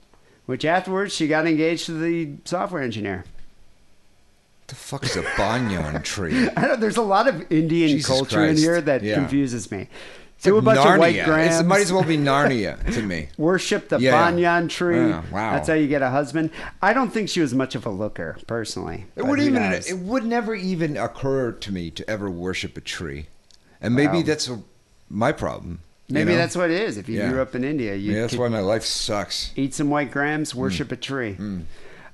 which afterwards she got engaged to the software engineer.
the fuck is a banyan tree?
I know there's a lot of Indian
Jesus
culture in
Christ.
here that
Yeah.
confuses me. Do a bunch
Narnia.
of white grams.
It's- It might as well be Narnia to me.
worship the
Yeah.
banyan tree.
Yeah, wow.
That's how you get a husband. I don't think she was much of a looker, personally.
It
but
would
who
even
knows?
it would never even occur to me to ever worship a tree, and maybe
Wow.
that's a, my problem. you
Maybe
know?
that's what it is. If you
Yeah.
grew up in India, you
yeah, that's Mm.
could
why my life sucks.
eat some white grams, worship a tree.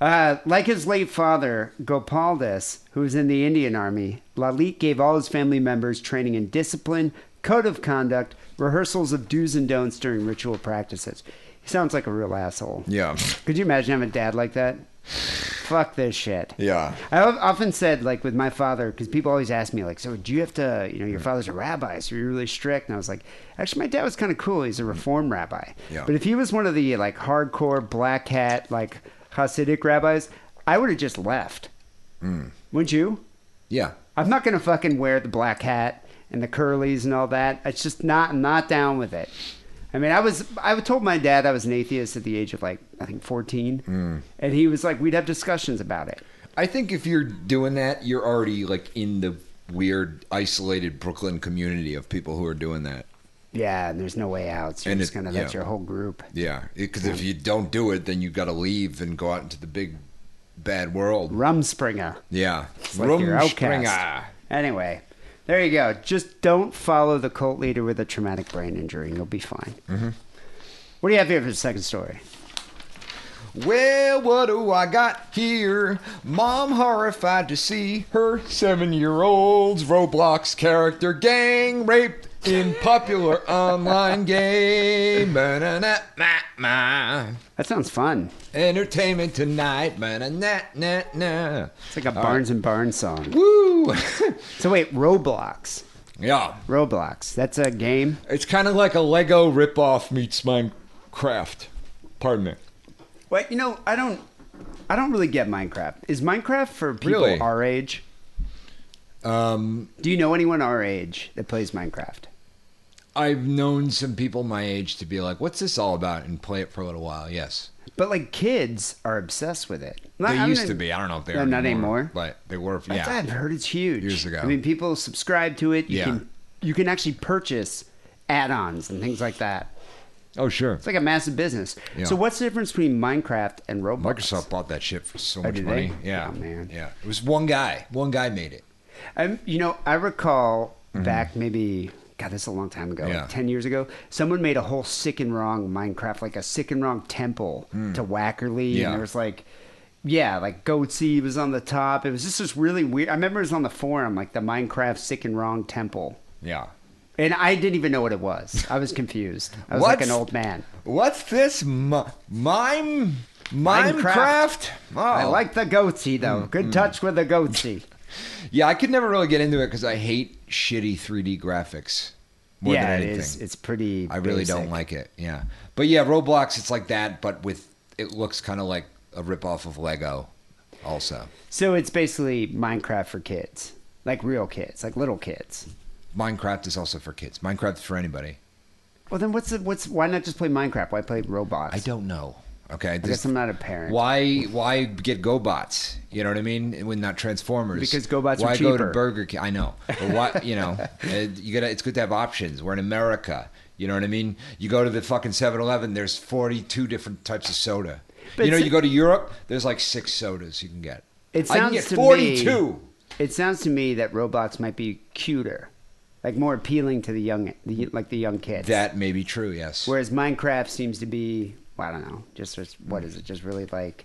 Uh, like his late father, Gopaldas, who was in the Indian army, Lalit gave all his family members training in discipline, code of conduct, rehearsals of do's and don'ts during ritual practices. He sounds like a real asshole.
Yeah,
Could you imagine having a dad like that? Fuck this shit.
yeah.
I have often said, like, with my father, because people always ask me, like, so do you have to, you know,
Mm.
your father's a rabbi, so you're really strict. And I was like, actually, my dad was kind of cool. He's a reform rabbi.
Yeah.
But if he was one of the, like, hardcore black hat, like, Hasidic rabbis, I would have just left.
Mm.
Wouldn't you?
Yeah.
I'm not going to fucking wear the black hat and the curlies and all that. It's just not, I'm not down with it. I mean, I was, I told my dad I was an atheist at the age of, like, I think 14.
Hmm.
And he was like, we'd have discussions about it.
I think if you're doing that, you're already like in the weird, isolated Brooklyn community of people who are doing that.
Yeah, and there's no way out. So you're
And
just
it-
gonna that's
yeah.
your whole group.
Yeah, because if you don't do it, then you got to leave and go out into the big, bad world.
Rumspringer.
Yeah,
It's like you're
Rumspringa.
outcast. Anyway, there you go. Just don't follow the cult leader with a traumatic brain injury, and you'll be fine. Mm-hmm. What do you have here for the second story?
Well, what do I got here? Mom horrified to see her seven year old's Roblox character gang raped in popular online game. Ba-na-na-na-na.
That sounds fun.
Entertainment tonight. Ba-na-na-na-na.
It's like a Barnes and Barnes song.
Woo!
So wait, Roblox.
yeah.
Roblox. That's a game.
It's kind of like a Lego ripoff meets Minecraft. Pardon me.
What you know? I don't. I don't really get Minecraft. Is Minecraft for people
Really?
our age?
Um,
Do you know anyone our age that plays Minecraft?
I've known some people my age to be like, "What's this all about?" and play it for a little while. Yes,
But like kids are obsessed with it.
they used to be. I don't know if they
No,
are
not anymore.
but they were.
That's-
Yeah,
I've heard it's huge.
Years ago.
I mean, people subscribe to it. You
Yeah.
can you can actually purchase add-ons and things like that.
oh sure.
It's like a massive business.
Yeah.
So what's the difference between Minecraft and Roblox?
Microsoft bought that shit for so
Oh,
much
did
money.
they?
Yeah,
Oh, man.
Yeah, it was one guy. One guy made it.
Um, you know, I recall back maybe God, this is a long time ago,
Mm-hmm. Yeah.
like ten years ago. Someone made a whole sick and wrong Minecraft, like a sick and wrong temple to Wackerly,
Mm. Yeah.
and there was like, yeah, like Goatsy was on the top. It was just this really weird. I remember it was on the forum, like the Minecraft sick and wrong temple,
Yeah.
and I didn't even know what it was. I was confused. I was like
What's-
an old man.
What's this? Mi- mime? Minecraft? Oh. Mm-hmm.
I like the Goatsy though. Good touch with the Goatsy.
Yeah, I could never really get into it because I hate shitty 3D graphics more
yeah,
than
it
anything.
is. It's pretty.
I really don't
basic.
like it. Yeah, but yeah, Roblox. It's like that, but with it looks kind of like a ripoff of Lego. Also,
So it's basically Minecraft for kids, like real kids, like little kids.
Minecraft is also for kids. Minecraft is for anybody.
Well, then what's the, what's why not just play Minecraft? Why play Roblox?
I don't know. Okay,
I guess I'm not a parent.
Why? Why get GoBots? You know what I mean? When not Transformers.
Because GoBots are
Why go to
cheaper.
Burger King? I know. But why? You know, uh, you gotta. It's good to have options. We're in America. You know what I mean? You go to the fucking 7-Eleven. There's 42 different types of soda.
But
you know,
it's-
you go to Europe. There's like six sodas you can get.
It sounds
I can get
to
42.
Me, it sounds to me that Roblox might be cuter, like more appealing to the young, the, like the young kids.
That may be true. Yes.
Whereas Minecraft seems to be, well, I don't know, just just- what is it? Just really like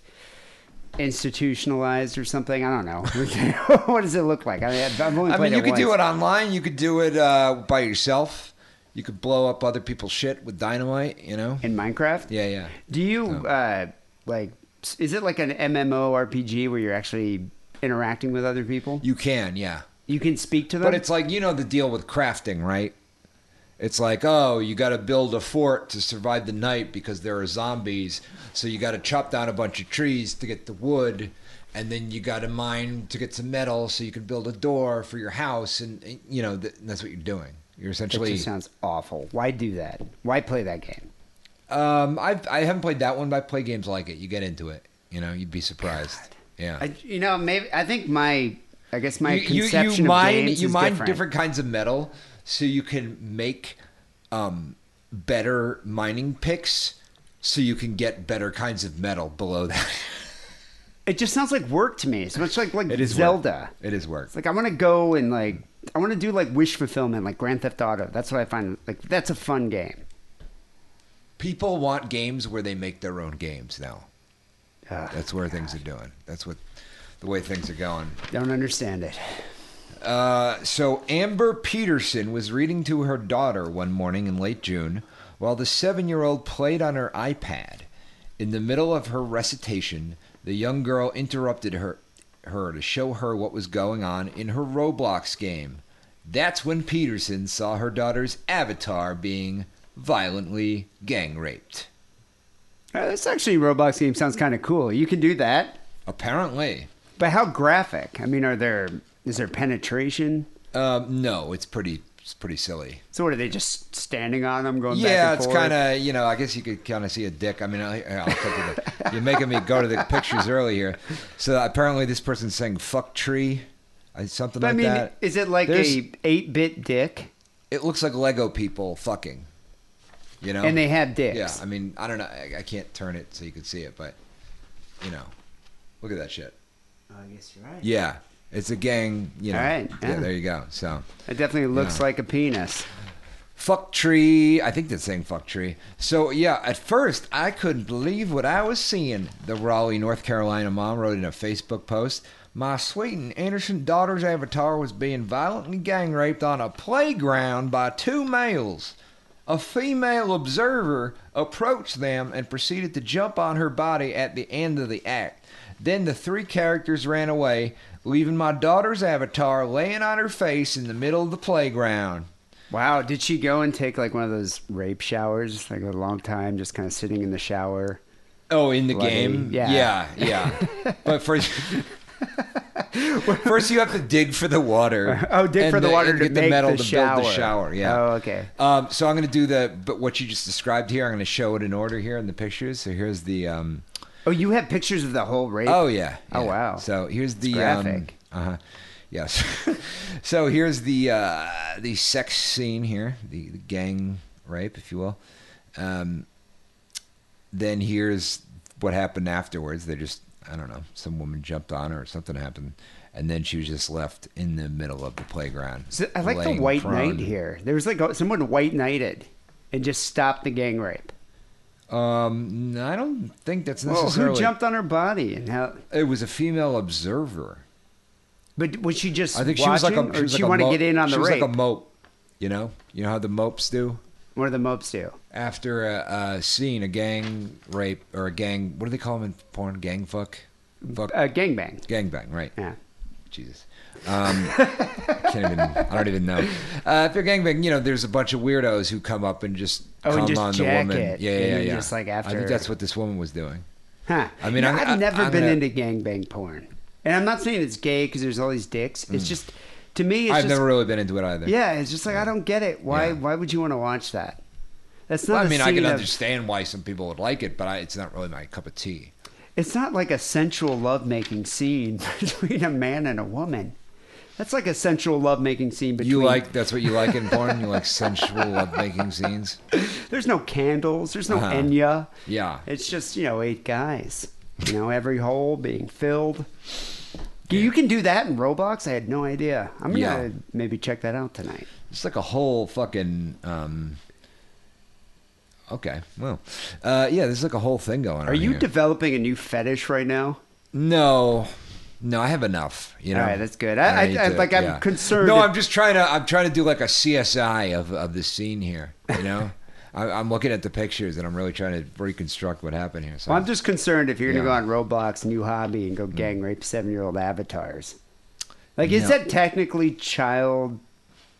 institutionalized or something? I don't know. what does it look like? I mean, I've I've only
I
played
mean, you
it
could do
once.
it online. You could do it uh, by yourself. You could blow up other people's shit with dynamite. You know.
in Minecraft.
Yeah, yeah.
Do you uh, like? s- Is it like an MMORPG where you're actually interacting with other people? You,
You can. Yeah.
can speak to them.
But it's like you know the deal with crafting, right? It's like, oh, you got to build a fort to survive the night because there are zombies. So you got to chop down a bunch of trees to get the wood, and then you got to mine to get some metal so you can build a door for your house. And, and, you know th- that's what you're doing. You're
that
essentially.
just sounds awful. Why do that? Why play that game?
Um, I've I haven't played that one, but I play games like it. You get into it, you know, you'd be surprised. Yeah.
I, you know, maybe I think my, I guess my
you, you-
conception
you
of
mine
games
you
is
mine
different.
kinds of metal so you can make um, better mining picks so you can get better kinds of metal below that
It just sounds like work to me. It's much like like
it is work.
Zelda.
it is work
It's like I want to go and like I want to do like wish fulfillment, like Grand Theft Auto. That's what I find like that's a fun game.
people want games where they make their own games now
Ugh,
that's where things are doing that's what the way things are going
don't understand it.
Uh, so Amber Peterson was reading to her daughter one morning in late June while the seven year old played on her iPad. In the middle of her recitation, the young girl interrupted her her to show her what was going on in her Roblox game. That's when Peterson saw her daughter's avatar being violently gang raped.
Uh, this actually Roblox game sounds kind of cool. You can do that,
Apparently.
but how graphic? I mean, are there is there penetration?
Um, no, it's pretty it's pretty silly.
So what are they just standing on them going?
yeah,
back and
it's
forth?
kind of you know. I guess you could kind of see a dick. I mean, I, I'll cut to the, you're making me go to the pictures early here. So apparently, this person's saying "fuck tree," uh, something
But I
like
mean,
that.
is it like
There's-
a eight bit dick?
It looks like Lego people fucking. You know,
And they have dicks.
Yeah, I mean, I don't know. I, I can't turn it so you can see it, but you know, look at that shit.
Oh, I guess you're right.
Yeah, it's a gang. You know,
All right,
yeah.
yeah.
there you go. So.
It definitely looks
Yeah.
like a penis.
Fuck tree. I think that's saying fuck tree. So yeah, at first I couldn't believe what I was seeing. The Raleigh, North Carolina mom wrote in a Facebook post. My sweet and innocent daughter's avatar was being violently gang raped on a playground by two males. A female observer approached them and proceeded to jump on her body at the end of the act. Then the three characters ran away, leaving my daughter's avatar laying on her face in the middle of the playground.
Wow, did she go and take like one of those rape showers, like a long time, just kind of sitting in the shower?
Oh, in the
Bloody-
game,
yeah.
yeah, yeah. but for First, you have to dig for the water.
Oh, dig
and
for the water
and
to
get
make
the metal
the
to build the
shower.
shower. Yeah.
Oh, okay.
Um, so I'm going to do the but what you just described here. I'm going to show it in order here in the pictures. So here's the. Um,
Oh, you have pictures of the whole rape?
oh yeah,
Oh,
yeah.
wow.
So here's the
graphic.
Um, uh huh. Yes. so here's the uh, the sex scene here, the, the gang rape, if you will. Um, then here's what happened afterwards. They just, I don't know, some woman jumped on her or something happened. And then she was just left in the middle of the playground.
So I like the
laying
white
prone.
knight here. There was like a, someone white knighted and just stopped the gang rape.
Um, I don't think that's
Well,
necessarily.
who jumped on her body and how?
It was a female observer.
But was she just?
I think
watching,
she was like a.
or
She,
did
was
she
like a
want to
mope-
get in on
she
the
was
rape?
like a mope. You know, you know how the mopes do
what do the mopes do?
after a, a scene, a gang rape or a gang. What do they call them in porn? Gang fuck, fuck,
Uh, gangbang.
gang bang, right?
Yeah.
Jesus. Um, I can't even. I don't even know. Uh, if you're gangbang, you know, there's a bunch of weirdos who come up and just
Oh, and
come
just
on
jack
the woman.
it,
Yeah,
and
yeah,
then
yeah.
just, like,
I
after-
think that's what this woman was doing.
Huh.
I mean,
You know,
I'm-
I've
I-
never
I'm
been
gonna-
into gangbang porn, and I'm not saying it's gay because there's all these dicks. It's just to me, it's
Mm. I've
just,
never really been into it either.
yeah, it's just like I don't get it. Why?
Yeah.
Why would you want to watch that? That's not.
Well, I
a
mean, I can
scene of-
understand why some people would like it, but I, it's not really my cup of tea.
It's not like a sensual lovemaking scene between a man and a woman. That's like a sensual lovemaking scene between.
You like that's what you like in porn. You like sensual love making scenes.
There's no candles. There's no
Uh-huh.
Enya.
Yeah.
It's just you know eight guys. You know every hole being filled. You- You can do that in Roblox. I had no idea. I'm gonna
Yeah.
maybe check that out tonight.
It's like a whole fucking. Um, okay, well, uh, yeah, there's like a whole thing going on.
Are you
here.
developing a new fetish right now?
no, no, I have enough. You know,
All right, that's good. I- I-
need
I- like, I'm concerned
No,
if-
I'm just trying to. I'm trying to do like a CSI of of the scene here. You know. I, I'm looking at the pictures and I'm really trying to reconstruct what happened here. So
Well, I'm just concerned if you're gonna
Yeah. Mm.
go on Roblox new hobby and go gang rape seven year old avatars. Like, is
No.
that technically child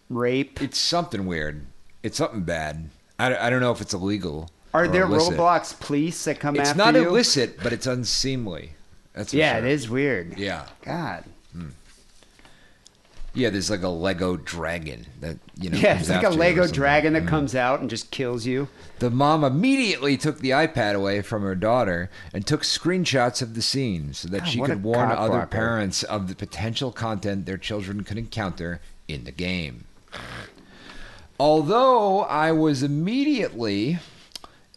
rape?
It's something weird. It's something bad. I, I don't know if it's illegal.
Are
or
there
illicit.
Roblox police that come
It's
after
not
you?
illicit, but it's unseemly. That's for
Yeah,
sure.
it is weird.
Yeah,
God.
yeah. There's like a Lego dragon that you know.
Yeah,
comes
it's like a
after you or
Lego
something. Mm.
dragon that comes out and just kills you.
The mom immediately took the iPad away from her daughter and took screenshots of the scene so that
God,
she
what a
could warn
cock
other
blocker.
parents of the potential content their children could encounter in the game. Although I was immediately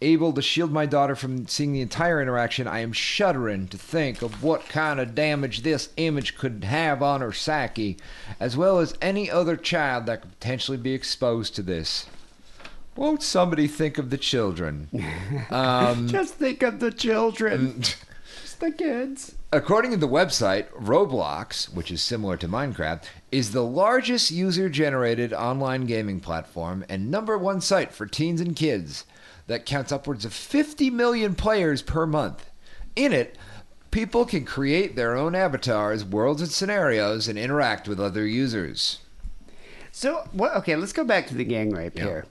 able to shield my daughter from seeing the entire interaction, I am shuddering to think of what kind of damage this image could have on her psyche, as well as any other child that could potentially be exposed to this. Won't somebody think of the children? Um,
Just think of the children.
Mm.
Just the kids.
According to the website, Roblox, which is similar to Minecraft, is the largest user generated online gaming platform and number one site for teens and kids that counts upwards of 50 million players per month. In it, people can create their own avatars, worlds, and scenarios and interact with other users.
So what? Okay, let's go back to the gang rape
Yeah.
here.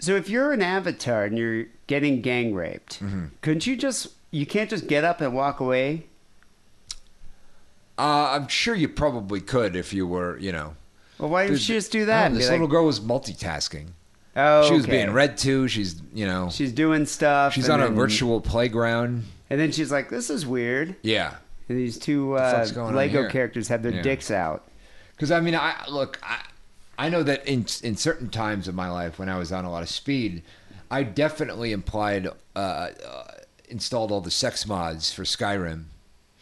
So if you're an avatar and you're getting gang raped,
Mm-hmm.
couldn't you just? You can't just get up and walk away.
Uh, I'm sure you probably could if you were, you know.
Well, why didn't
Dude,
she just do
I
that?
don't know,
and be
this
like,
little girl was multitasking.
oh,
She was
okay.
being read to. She's, you know,
She's doing stuff.
she's on
and
a
then-
virtual playground.
And then she's like, "This is weird."
Yeah.
And these two
The
uh,
fuck's going on
Lego
here?
characters have their
Yeah.
dicks out.
Because I mean, I look, I, I know that in in certain times of my life when I was on a lot of speed, I definitely implied uh, uh, installed all the sex mods for Skyrim.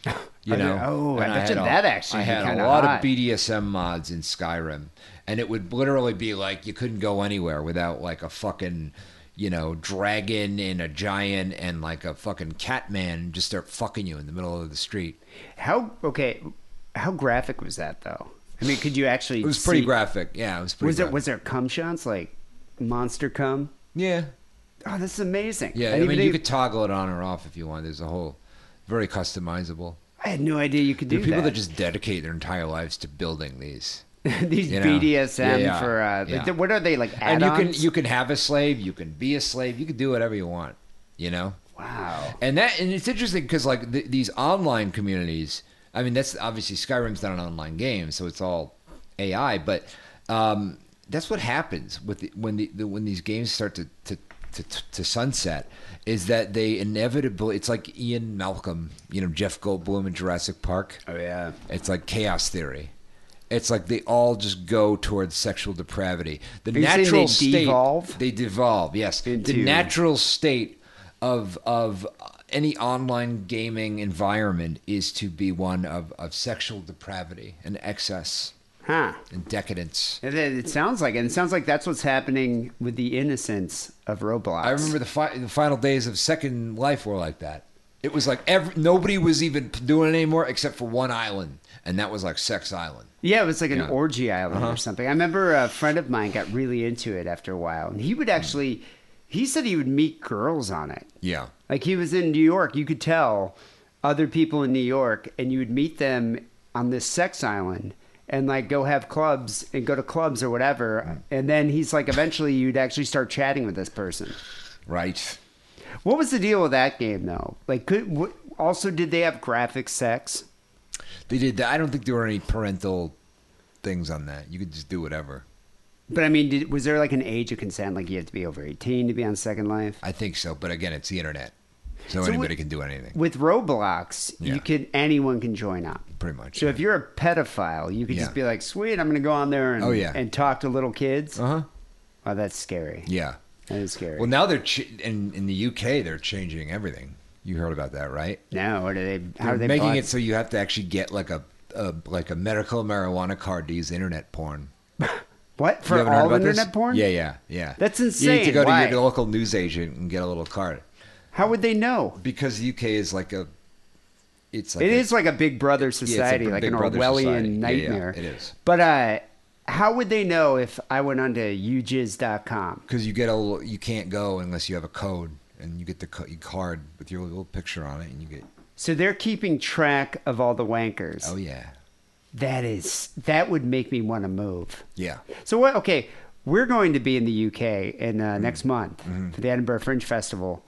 You
Oh, yeah.
know,
Oh, I
And
bet you
had
that actually
I
would be
had
kinda
a lot
hot.
of BDSM mods in Skyrim, and it would literally be like you couldn't go anywhere without like a fucking, you know, dragon and a giant and like a fucking cat man just start fucking you in the middle of the street.
How okay? How graphic was that though? I mean, could you actually?
It was pretty
see-
graphic. Yeah, it was pretty.
Was there
graphic.
was there cum shots like monster cum?
Yeah,
Oh, this is amazing.
Yeah,
And
I
even
mean,
if-
you could toggle it on or off if you want. There's a whole, very customizable.
I had no idea you could do
There are people that.
that.
just dedicate their entire lives to building these.
these
you know,
BDSM
yeah, yeah,
for uh,
yeah.
th- what are they like? Add-ons?
and you can you can have a slave, you can be a slave, you can do whatever you want. You know,
wow.
and that and it's interesting because like th- these online communities I mean, that's obviously Skyrim's not an online game, so it's all AI. But um, that's what happens with the, when the, the when these games start to, to to, to sunset is that they inevitably it's like Ian Malcolm, you know, Jeff Goldblum in Jurassic Park.
Oh, yeah.
Uh, It's like chaos theory. It's like they all just go towards sexual depravity. The
you saying
natural
they
state
devolve?
they devolve. Yes,
Into-
the natural state of of any online gaming environment is to be one of, of sexual depravity and excess
Huh.
and decadence.
And then it sounds like it. And It sounds like that's what's happening with the innocence of Roblox.
I remember the, fi- the final days of Second Life were like that. It was like every nobody was even doing it anymore except for one island, and that was like Sex Island.
Yeah, it was like an
Yeah. Uh-huh.
orgy island or something. I remember a friend of mine got really into it after a while, and
Mm.
he would actually, he said he would meet girls on it.
Yeah.
Like he was in New York, you could tell other people in New York, and you would meet them on this sex island and like go have clubs and go to clubs or whatever.
Mm.
And then he's like, eventually you'd actually start chatting with this person.
Right.
What was the deal with that game though? Like, could w- also did they have graphic sex?
They did that. I don't think there were any parental things on that. You could just do whatever.
But I mean, did, was there like an age of consent? Like you have to be over eighteen to be on Second Life.
I think so, but again, it's the internet, so,
So
anybody
what-
can do anything.
With Roblox, you
Yeah.
can anyone can join up.
Pretty much,
So
yeah.
if you're a pedophile, you can just
Yeah.
be like, "Sweet, I'm going to go on there and
Oh, yeah.
and talk to little kids."
Uh huh.
Wow, that's scary.
Yeah.
That is scary.
Well, now they're ch- in in the UK. They're changing everything. You heard about that, right?
now, what are they? How
They're
are they
making
block-
it so you have to actually get like a, a like a medical marijuana card to use internet porn.
What
You
for
haven't heard
all
about
internet
this?
porn?
Yeah, yeah, yeah.
That's
You need to
insane.
go
Why?
to your local news agent and get a little card
How would they know?
because the UK is like a. It's like
It
a-
is like a Big Brother
a
society, like
Big
an
Brother
Orwellian
society. Yeah, yeah,
nightmare.
it is.
But uh, how would they know if I went onto ujiz.com?
because you get a little, you can't go unless you have a code and you get the co- card with your little picture on it and you get
So they're keeping track of all the wankers.
oh yeah
That is that would make me want to move.
yeah
So what? Okay, we're going to be in the UK in uh,
Mm-hmm.
next month for the Edinburgh Fringe Festival.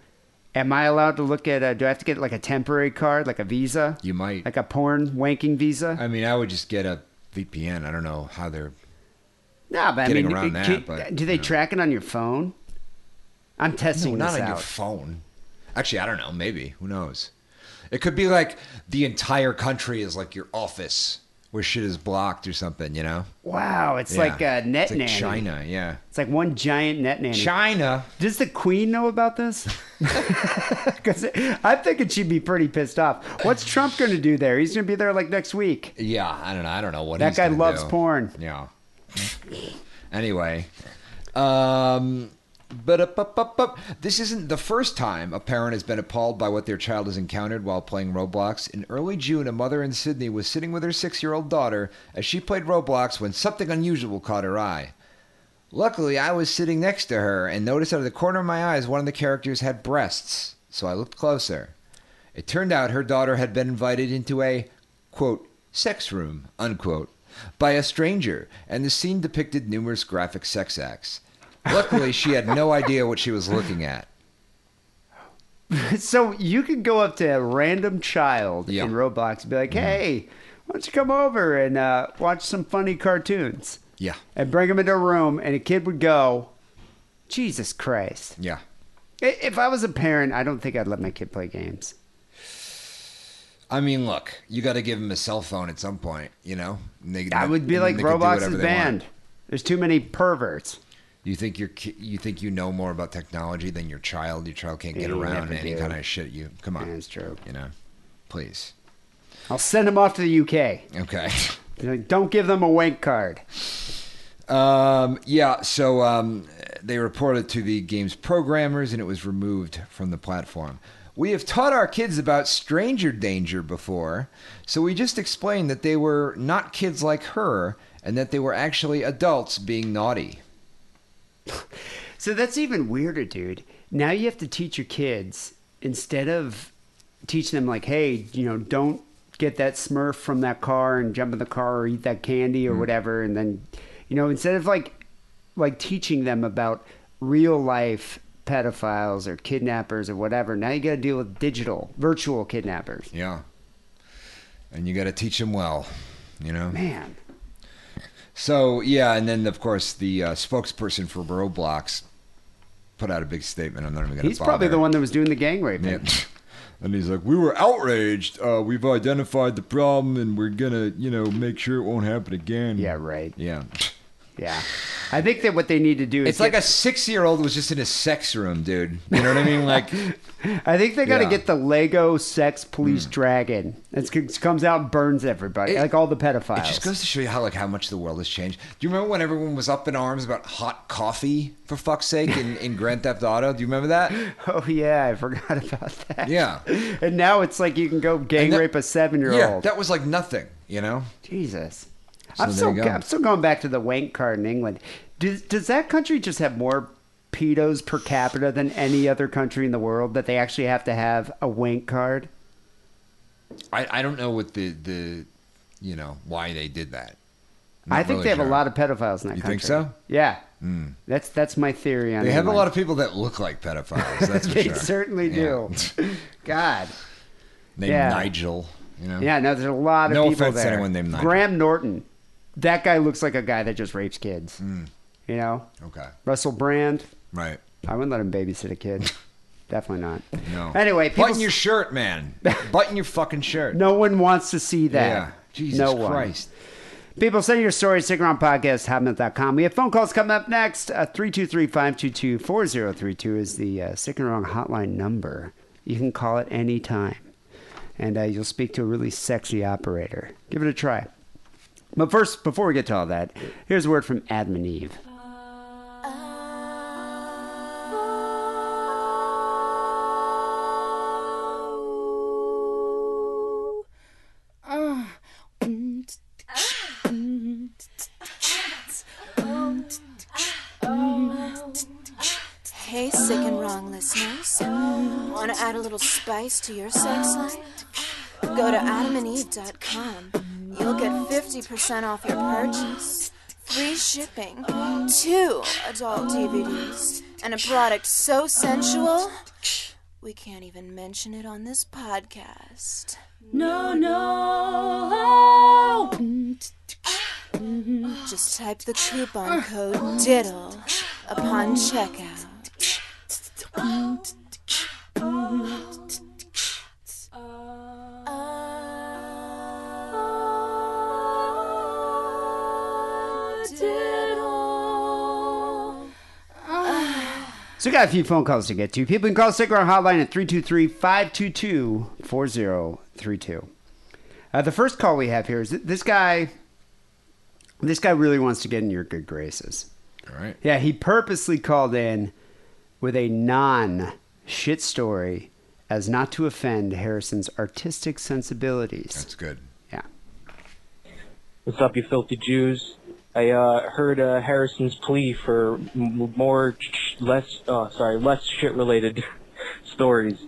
Am I allowed to look at? A, do I have to get like a temporary card, like a visa?
You might.
like a porn wanking visa.
I mean I would just get a VPN I don't know how they're
no, but I
getting
mean,
around
it-
that,
can-
but,
do they
you know.
track it on your phone? I'm testing
no, not
this
on your
out.
phone actually I don't know maybe who knows it could be like the entire country is like your office where shit is blocked or something you know
wow, it's
Yeah.
like a net
It's like
nanny.
China yeah
It's like one giant net nanny.
China
Does the Queen know about this? Because I'm thinking she'd be pretty pissed off. What's Trump going to do there? He's going to be there like next week.
yeah I don't know I don't know what
That
he's
guy
gonna
loves
do.
porn.
Yeah. anyway, um, but up, up, up, up. this isn't the first time a parent has been appalled by what their child has encountered while playing Roblox. In early June, a mother in Sydney was sitting with her six-year-old daughter as she played Roblox when something unusual caught her eye. Luckily, I was sitting next to her and noticed out of the corner of my eyes one of the characters had breasts, so I looked closer. It turned out her daughter had been invited into a, quote, sex room, unquote, by a stranger, and the scene depicted numerous graphic sex acts. Luckily, she had no idea what she was looking at.
So you could go up to a random child
Yeah. Mm-hmm.
in Roblox and be like, hey, why don't you come over and uh, watch some funny cartoons?
Yeah.
And bring them into a room, and a kid would go, Jesus Christ.
Yeah.
I- If I was a parent, I don't think I'd let my kid play games.
I mean, look, you got to give them a cell phone at some point, you know? And they-
I would be
and
like,
they could do
Roblox
whatever
is
they want.
banned. There's too many perverts.
You think your ki- you think you know more about technology than your child? Your child can't get
You
around
never
any
do.
kind of shit. You come on,
That's true.
You know, please.
I'll send them off to the UK.
Okay.
Like, Don't give them a wank card.
Um, yeah. So um, they reported to the game's programmers, and it was removed from the platform. We have taught our kids about stranger danger before, so we just explained that they were not kids like her, and that they were actually adults being naughty.
So that's even weirder, dude. Now you have to teach your kids instead of teaching them like, hey, you know, don't get that Smurf from that car and jump in the car or eat that candy or
Mm-hmm.
whatever, and then, you know, instead of like, like teaching them about real life pedophiles or kidnappers or whatever. Now you got to deal with digital, virtual kidnappers.
Yeah. and you got to teach them well, you know.
Man.
So yeah, and then of course the uh, spokesperson for Roblox put out a big statement. I'm not even going to.
He's probably the one that was doing the gang raping.
Yeah. And he's like, we were outraged. Uh, we've identified the problem, and we're gonna, you know, make sure it won't happen again.
Yeah, right.
Yeah.
Yeah. I think that what they need to do is
It's like
get-
a six-year-old was just in a sex room, dude. You know what I mean? Like,
I think they got to
Yeah. Hmm.
get the Lego sex police dragon. It comes out and burns everybody,
It-
like all the pedophiles.
it just goes to show you how like how much the world has changed. Do you remember when everyone was up in arms about hot coffee for fuck's sake in, in Grand Theft Auto? Do you remember that?
oh yeah, I forgot about that.
Yeah.
and now it's like you can go gang
And that-
rape a seven-year-old.
Yeah, that was like nothing. You know?
Jesus.
So
I'm
there
still
you go.
I'm still going back to the wank card in England. Does does that country just have more pedos per capita than any other country in the world that they actually have to have a wank card?
I, I don't know what the the you know why they did that.
I think they have a lot of pedophiles in that
You
country.
think so? Hmm.
Yeah. That's that's my theory on
They have a lot of people that look like pedophiles. That's for
they
sure.
certainly
Yeah.
do. God.
Named
Yeah.
Nigel. You know.
Yeah, no, there's a lot of
No
people
offense to
there.
anyone named Nigel.
Graham Norton. That guy looks like a guy that just rapes kids. You know?
Hmm. Okay.
Russell Brand.
Right.
I wouldn't let him babysit a kid. Definitely not.
No.
Anyway, people,
button your shirt, man. button your fucking shirt.
no one wants to see that.
Yeah. Jesus
no one.
Christ.
People, send your stories, stick around podcast, hotmail.com. We have phone calls coming up next. Uh, 323 522 4032 is the uh, Sick and Wrong hotline number. You can call it any time, and uh, you'll speak to a really sexy operator. Give it a try. But first, before we get to all that, here's a word from Adam and Eve.
Hey, sick and wrong listeners. Want to add a little spice to your sex life? Go to adamandeve.com. You'll get 50% off your purchase, free shipping, two adult DVDs, and a product so sensual we can't even mention it on this podcast.
No, no.
Just type the coupon code DIDDLE upon checkout.
So we got a few phone calls to get to. People can call Sicker on Hotline at 323-522-4032. Uh, the first call we have here is th- this guy. This guy really wants to get in your good graces.
All right.
Yeah, he purposely called in with a non shit story as not to offend Harrison's artistic sensibilities.
That's good.
Yeah.
What's up, you filthy Jews? I uh, heard uh, Harrison's plea for m- more, sh- less, uh, sorry, less shit-related stories.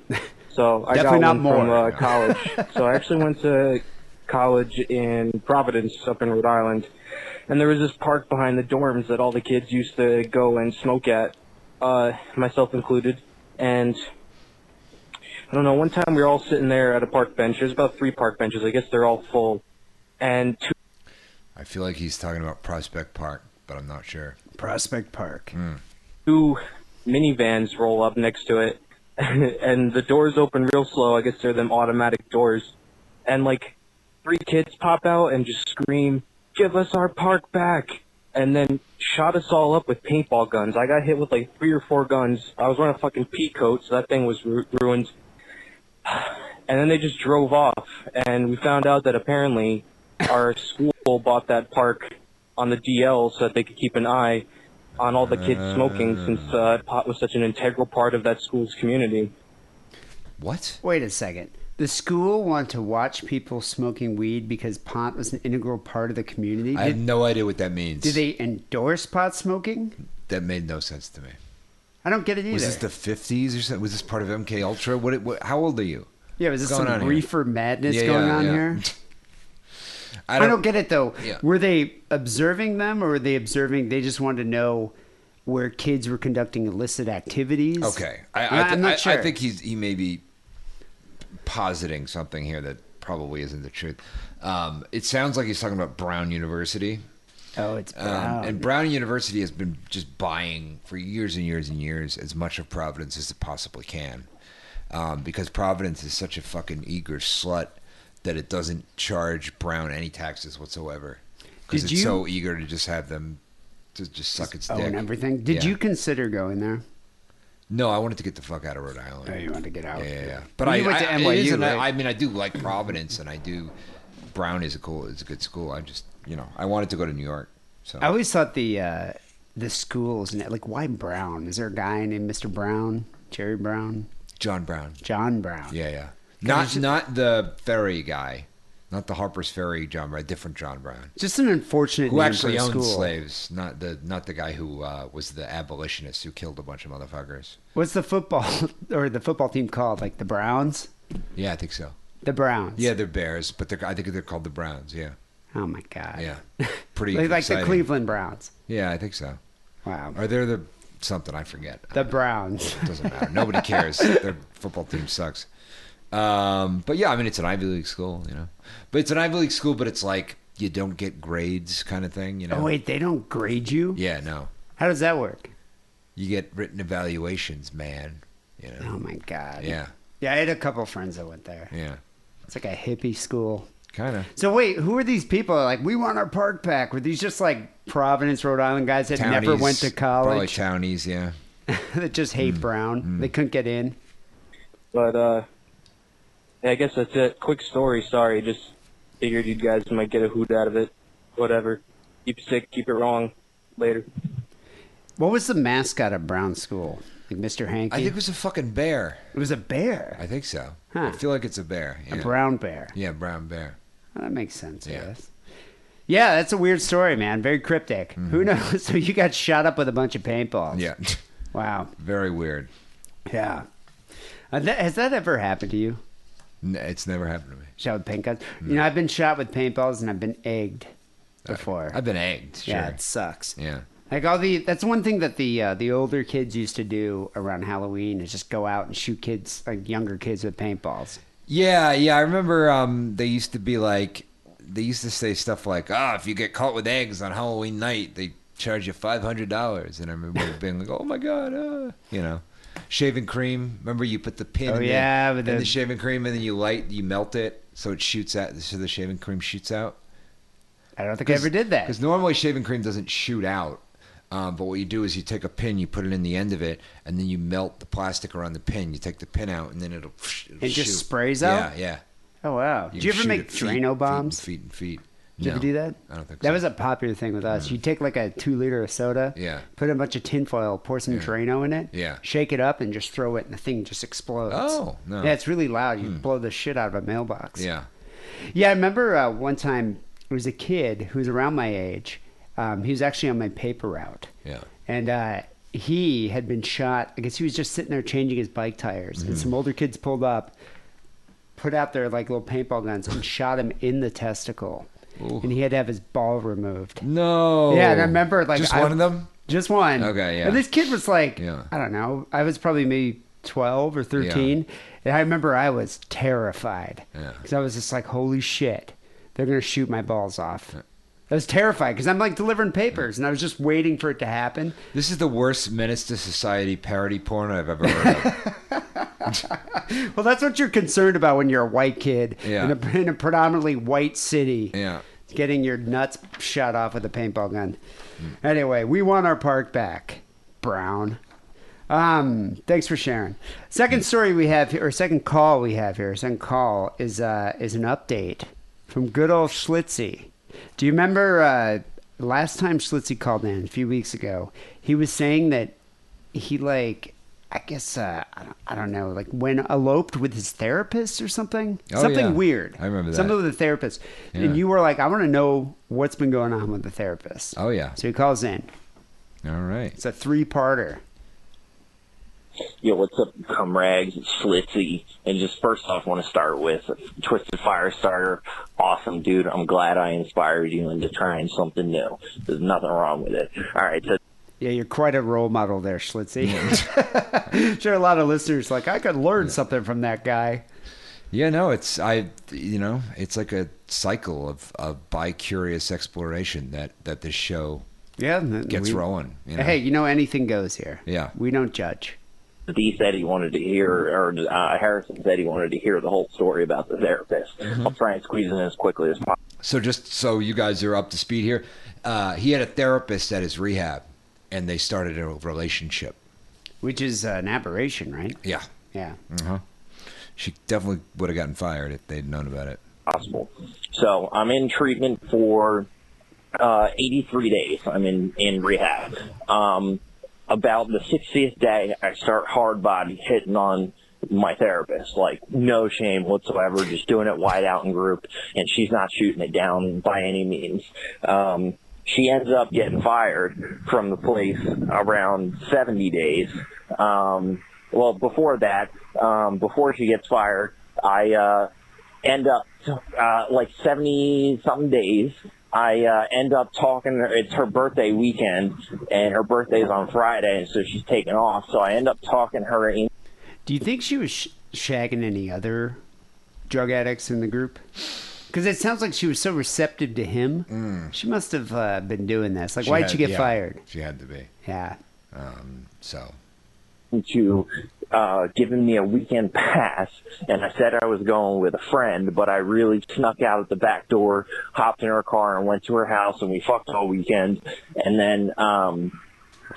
So I
Definitely
got
not
one
more.
from uh, college. so I actually went to college in Providence, up in Rhode Island, and there was this park behind the dorms that all the kids used to go and smoke at, uh, myself included. And I don't know. One time we were all sitting there at a park bench. There's about three park benches. I guess they're all full. And two
I feel like he's talking about Prospect Park, but I'm not sure.
Prospect Park.
two minivans roll up next to it, and the doors open real slow. I guess they're them automatic doors, and like three kids pop out and just scream, "Give us our park back!" And then shot us all up with paintball guns. I got hit with like three or four guns. I was wearing a fucking pea coat, so that thing was ru- ruined. And then they just drove off, and we found out that apparently our school bought that park on the DL so that they could keep an eye on all the kids smoking, since uh, pot was such an integral part of that school's community.
What?
Wait a second. The school wanted to watch people smoking weed because pot was an integral part of the community.
I have
Did,
no idea what that means.
did they endorse pot smoking?
That made no sense to me.
I don't get it either.
Was this the 50s or something? Was this part of MK Ultra? What? what how old are you?
yeah, was this
going on
some
here?
reefer madness
Yeah,
going
yeah,
on
yeah.
here?
I
I
don't,
don't, get it though.
Yeah.
Were they observing them, or were they observing? They just wanted to know where kids were conducting illicit activities.
Okay, I, I,
Yeah,
thi-
I'm not
I-
sure.
I think he's he may be positing something here that probably isn't the truth. Um, it sounds like he's talking about Brown University.
Oh, it's
Um, And Brown University has been just buying for years and years and years as much of Providence as it possibly can. Um, because Providence is such a fucking eager slut that it doesn't charge Brown any taxes whatsoever. Because
Did
it's
you-
so eager to just have them to just suck its
Oh,
dick.
and everything. Did
Yeah.
you consider going there?
No, I wanted to get the fuck out of Rhode Island.
Oh, you wanted to get out.
Yeah, yeah. yeah. But
You
I
went to
I- it
NYU,
isn't-
right?
I mean, I do like Providence, and I do. Brown is a cool. It's a good school. I just, you know, I wanted to go to New York. So
I always thought the uh, the schools and like why Brown? Is there a guy named Mr. Brown, Jerry Brown,
John Brown.
John Brown?
Yeah, yeah. Not not the ferry guy, not the Harper's Ferry John Brown, different John Brown,
Just an unfortunate
who
name
actually
for a
owned
school.
slaves. Not the not the guy who uh, was the abolitionist who killed a bunch of motherfuckers.
What's the football or the football team called? Like the Browns?
Yeah, I think so.
The Browns.
Yeah, they're bears, but they're, I think they're called the Browns. Yeah,
Oh my god.
yeah. Pretty
Like, like the
exciting.
Cleveland Browns.
Yeah, I think so.
Wow.
Or they're the something I forget.
The Browns.
Doesn't matter. Nobody cares. Their football team sucks. Um, but yeah, I mean, it's an Ivy League school, you know. But it's an Ivy League school, but it's like you don't get grades, kind of thing, you know.
Oh wait, they don't grade you?
Yeah, no.
How does that work?
You get written evaluations, man. You know.
Oh my god.
Yeah,
Yeah, I had a couple friends that went there.
yeah.
It's like a hippie school.
Kind of.
So wait, who are these people? Like, we want our park pack. Were these just like Providence, Rhode Island guys that never went to
Probably Mm.
college?
townies, yeah.
that just hate Brown. They couldn't get in.
But uh, yeah, I guess that's it. Quick story. Sorry, just figured you guys might get a hoot out of it. Whatever. Keep it sick. Keep it wrong. Later.
What was the mascot of Brown School? Like Mr. Hanky?
I think it was a fucking bear.
it was a bear,
I think so.
Huh.
I feel like it's a bear. Yeah.
a brown bear.
Yeah, brown bear.
Well, that makes sense. Yeah.
Yeah.
Yeah, that's a weird story, man. Very cryptic. Who knows? So you got shot up with a bunch of paintballs.
Mm-hmm. Yeah.
Wow.
Very weird.
Yeah. Uh, that- has that ever happened to you?
N- It's never happened to me.
Shot with paintballs? You know, I've been shot with paintballs and I've been egged before.
Uh, I've been egged. Sure.
Yeah, it sucks.
yeah.
Like all the that's one thing that the uh, the older kids used to do around Halloween is just go out and shoot kids like younger kids with paintballs.
Yeah, yeah. I remember um, they used to be like, they used to say stuff like, "Ah, if you get caught with eggs on Halloween night, they charge you five hundred dollars." And I remember being like, "Oh my god," uh, you know. Shaving cream. Remember, you put the pin
Oh,
in,
yeah,
the,
with
in the,
the-
shaving cream, and then you light, you melt it, so it shoots out. So the shaving cream shoots out.
I don't think I ever did that.
Because normally shaving cream doesn't shoot out. Um, but what you do is you take a pin, you put it in the end of it, and then you melt the plastic around the pin. You take the pin out, and then it'll. it'll
It just
shoot.
sprays out?
Yeah, yeah.
Oh wow!
You
Did you
can
ever
shoot
make
at feet- feet
Drano
and
bombs?
Feet and feet.
Did you ever do that?
I don't think
that
so.
was a popular thing with us. You take like a two liter of soda,
Yeah.
put a bunch of tinfoil, pour some Drano in it,
Yeah.
shake it up, and just throw it, and the thing just explodes.
Oh, no. Hmm.
Yeah, it's really loud. You blow the shit out of a mailbox.
Yeah.
Yeah, I remember uh, one time there was a kid who was around my age. Um, he was actually on my paper route.
Yeah.
And uh, he had been shot. I guess he was just sitting there changing his bike tires,
Mm.
and some older kids pulled up, put out their like little paintball guns, and shot him in the testicle. And he had to have his ball removed.
No.
Yeah, and I remember like
Oh. just
I-
one of them.
Just one.
Okay, yeah.
And this kid was like,
Yeah.
I don't know. I was probably maybe twelve or thirteen, and I remember I was terrified
Yeah.
because I was just like, "Holy shit, they're gonna shoot my balls off." I was terrified because I'm like delivering papers, and I was just waiting for it to happen.
This is the worst menace to society parody porn I've ever heard of.
Well, that's what you're concerned about when you're a white kid
Yeah.
in, a, in a predominantly white city.
Yeah.
Getting your nuts shot off with a paintball gun. Anyway, we want our park back, Brown. Um, thanks for sharing. Second story we have here, or second call we have here, second call is uh, is an update from good old Schlitzy. Do you remember uh, last time Schlitzy called in a few weeks ago? He was saying that he like I guess uh, I, don't, I don't know like when eloped with his therapist or something
Oh,
something
yeah.
weird
I remember that.
something with a therapist
Yeah.
and you were like I want to know what's been going on with the therapist
Oh yeah.
so he calls in
All right.
it's a three parter
Yo, what's up, comrades? It's Schlitzy. And just first off, want to start with Twisted Firestarter. Awesome, dude. I'm glad I inspired you into trying something new. There's nothing wrong with it. All right, so
yeah you're quite a role model there Schlitzy sure a lot of listeners like I could learn something from that guy
Yeah, no, it's I, you know, it's like a cycle of of bi-curious exploration that that this show
Yeah, and then
gets
we-
rolling. You know?
Hey, you know anything goes here.
Yeah.
we don't judge.
D said he wanted to hear, or uh, Harrison said he wanted to hear the whole story about the therapist. I'll try and squeeze it in as quickly as possible.
So just so you guys are up to speed here, uh, he had a therapist at his rehab, and they started a relationship.
Which is an aberration, right?
Yeah,
Yeah.
she definitely would have gotten fired if they'd known about it.
possible. So I'm in treatment for uh, 83 days. I'm in in rehab. Um, about the 60th day, I start hard body hitting on my therapist, like no shame whatsoever, just doing it wide out in group, and she's not shooting it down by any means. Um, she ends up getting fired from the place around 70 days. Um, well, before that, um, before she gets fired, I uh, end up uh, like 70 something days i uh, end up talking it's her birthday weekend and her birthday's on friday and so she's taking off so i end up talking her in
Do you think she was sh- shagging any other drug addicts in the group? Because it sounds like she was so receptive to him. She must have uh, been doing this. Like,
Mm. She
why'd
had-
you get
yeah,
fired?
She had to be.
Yeah.
So
to uh, giving me a weekend pass, and I said I was going with a friend, but I really snuck out at the back door, hopped in her car, and went to her house, and we fucked all weekend. And then um,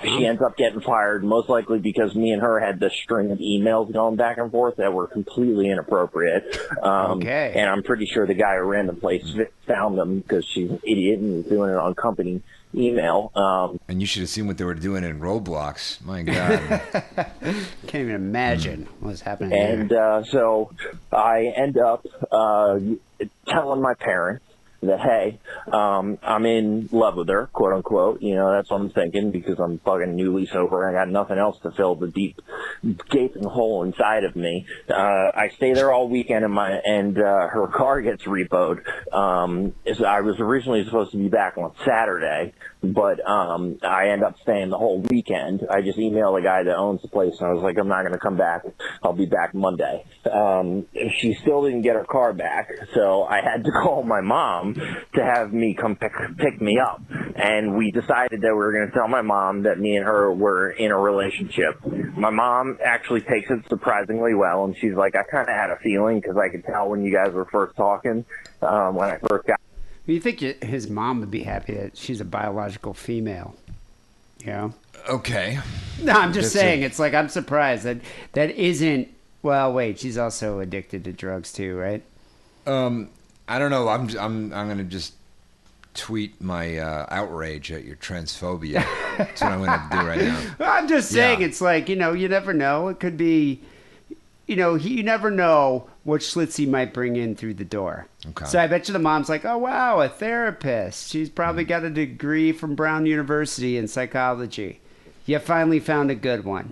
she ends up getting fired, most likely because me and her had this string of emails going back and forth that were completely inappropriate. Um,
Okay.
And I'm pretty sure the guy who ran the place fi- found them because she's an idiot and was doing it on company email. Um,
and you should have seen what they were doing in Roblox. My God.
Can't even imagine
Mm.
what's happening.
And
there.
uh, so I end up uh, telling my parents that, hey, um, I'm in love with her, quote unquote. You know, that's what I'm thinking because I'm fucking newly sober. I got nothing else to fill the deep gaping hole inside of me. Uh, I stay there all weekend and my, and, uh, her car gets repoed. Um, is- I was originally supposed to be back on Saturday, but, um, I end up staying the whole weekend. I just emailed the guy that owns the place and I was like, I'm not going to come back. I'll be back Monday. Um, she still didn't get her car back. So I had to call my mom to have me come pick, pick me up. And we decided that we were going to tell my mom that me and her were in a relationship. My mom actually takes it surprisingly well. And she's like, I kind of had a feeling because I could tell when you guys were first talking, um, when I first got
you think y- his mom would be happy that she's a biological female? You know?
okay.
No, I'm just
That's
saying. It's like I'm surprised that that isn't. Well, wait. She's also addicted to drugs too, right?
Um, I don't know. I'm I'm I'm gonna just tweet my uh, outrage at your transphobia. That's what I'm gonna do right now.
I'm just saying,
Yeah.
it's like you know, you never know. It could be, you know, he, you never know what Schlitzie might bring in through the door.
Okay.
So I bet you the mom's like, "Oh wow, a therapist. She's
Mm-hmm.
probably got a degree from Brown University in psychology. You finally found a good one."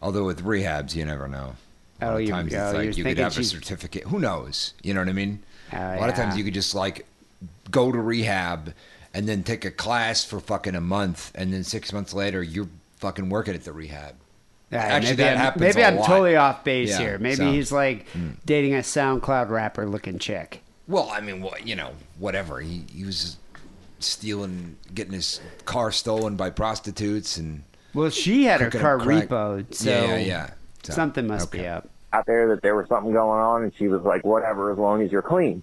Although with rehabs, you never know. A lot
Oh,
of
you-
times
oh, you're
it's like you could
thinking
have a
she's-
certificate. Who knows? You know what I mean?
Oh,
a lot of times
yeah.
you could just like go to rehab and then take a class for fucking a month, and then six months later you're fucking working at the rehab.
All right,
Actually,
Uh, maybe
that
I'm,
happens
Maybe
a
I'm
lot.
totally off base
Yeah,
here. Maybe
so- hmm.
he's like dating a SoundCloud rapper looking chick.
Well, I mean, wha- you know, whatever. He, he was stealing, getting his car stolen by prostitutes, and
Well, she had her
Cooking
car
up crack.
repoed, so
yeah, yeah, yeah. So,
something must be
okay.
up.
out there that there was something going on and she was like, whatever, as long as you're clean.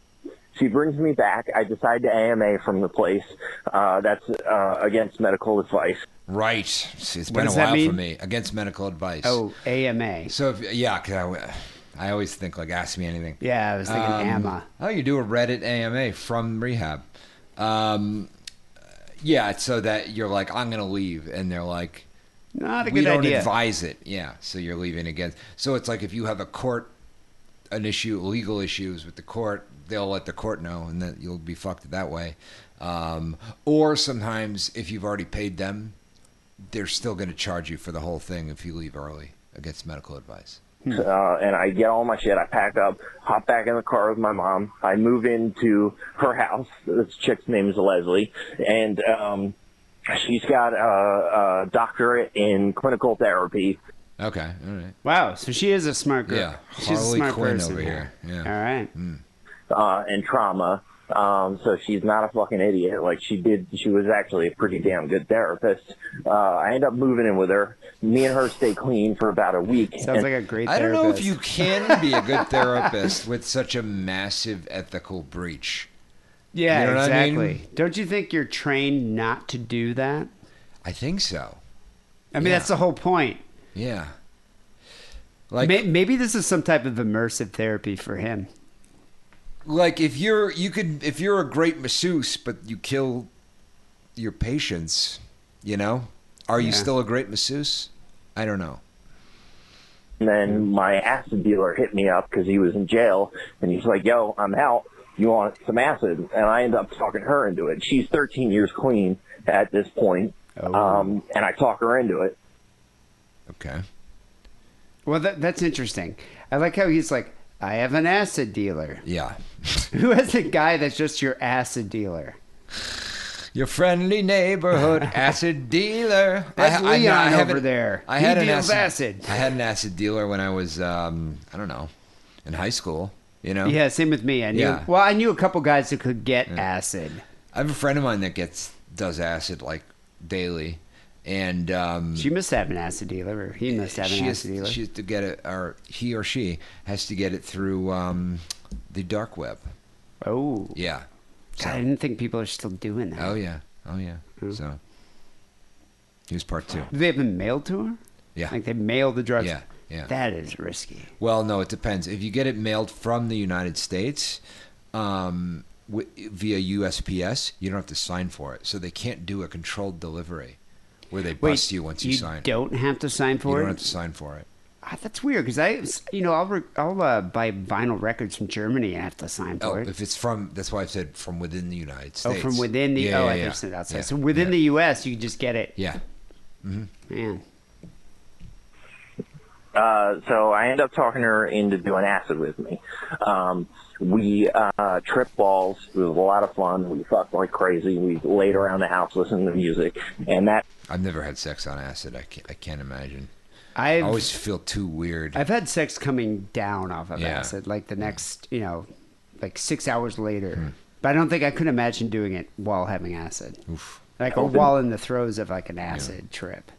She brings me back. I decide to AMA from the place. Uh, that's uh, against medical advice.
Right. See, it's
What
been a
does that
while for
mean?
me against medical advice.
Oh, AMA.
so if, yeah, 'cause I, I always think like ask me anything.
Yeah, I was thinking
Um,
AMA.
Oh, you do a Reddit AMA from rehab. Um, yeah, so that you're like, I'm gonna leave, and they're like,
Not a
we
good
don't
idea.
advise it. Yeah, so you're leaving again. So it's like if you have a court, an issue, legal issues with the court, they'll let the court know, and then you'll be fucked that way. Um, or sometimes if you've already paid them, they're still going to charge you for the whole thing if you leave early against medical advice.
Uh, and I get all my shit. I pack up, hop back in the car with my mom. I move into her house. This chick's name is Leslie. And um, she's got a, a doctorate in clinical therapy.
Okay. All right.
Wow, so she is a smart girl.
Yeah.
She's
Harley
a smart
Quinn
person.
over here. Yeah.
All right.
uh, and trauma. Um, so she's not a fucking idiot. Like she did, she was actually a pretty damn good therapist. Uh, I end up moving in with her. Me and her stay clean for about a week.
Sounds
And-
like a great
I don't know if
therapist.
you can be a good therapist with such a massive ethical breach.
Yeah,
You know what I
exactly.
mean?
Don't you think you're trained not to do that?
I think so.
I mean,
Yeah.
that's the whole point.
Yeah. Like
May- Maybe this is some type of immersive therapy for him.
like if you're you could if you're a great masseuse but you kill your patients, you know? Are you
Yeah.
still a great masseuse? I don't know.
And then my acid dealer hit me up because he was in jail, and he's like, "Yo, I'm out. You want some acid?" And I end up talking her into it. She's 13 years clean at this point,
Oh.
um, and I talk her into it.
Okay.
Well, that, that's interesting. I like how he's like, I have an acid dealer.
Yeah.
Who has a guy that's just your acid dealer?
Your friendly neighborhood acid dealer.
That's
ha- no,
Leon over
haven't-
there.
I
He
had an
deals
acid,
acid.
I had an acid dealer when I was, um, I don't know, in high school. You know,
Yeah, same with me. I knew.
Yeah.
Well, I knew a couple guys who could get acid.
I have a friend of mine that gets does acid like daily, and um,
She must have an acid dealer, or he must have an
she
acid
has,
dealer.
she has to get it, or he or she has to get it through um, the dark web.
oh,
Yeah.
God, I didn't think people are still doing that.
Oh yeah. Oh yeah.
Hmm.
So here's part two.
Do they have them mailed to her?
Yeah.
Like they mail the drugs.
Yeah, yeah.
That is risky.
Well, no, it depends. If you get it mailed from the United States um, wi via USPS, you don't have to sign for it, so they can't do a controlled delivery where they bust you once you, sign.
don't have to sign
you
for
don't
it.
have to sign for it.
Ah, that's weird because I, you know, I'll re- I'll uh, buy vinyl records from Germany and have to sign
Oh,
for it.
if it's from that's why I said from within the United
Oh,
States.
from within the
Yeah,
oh,
yeah,
I
yeah.
think it's outside.
Yeah,
So within
yeah.
the U.S., you just get it.
yeah.
Man,
Uh, so I end up talking her into doing acid with me. Um, we uh, trip balls. It was a lot of fun. We fucked like crazy. We laid around the house listening to music, and that
I've never had sex on acid. I can't, I can't imagine. I
I've
always feel too weird.
I've had sex coming down off of
Yeah. Hmm.
acid, like the next, you know, like six hours later. But I don't think I could imagine doing it while having acid,
Oof.
like or while in the throes of like an acid trip.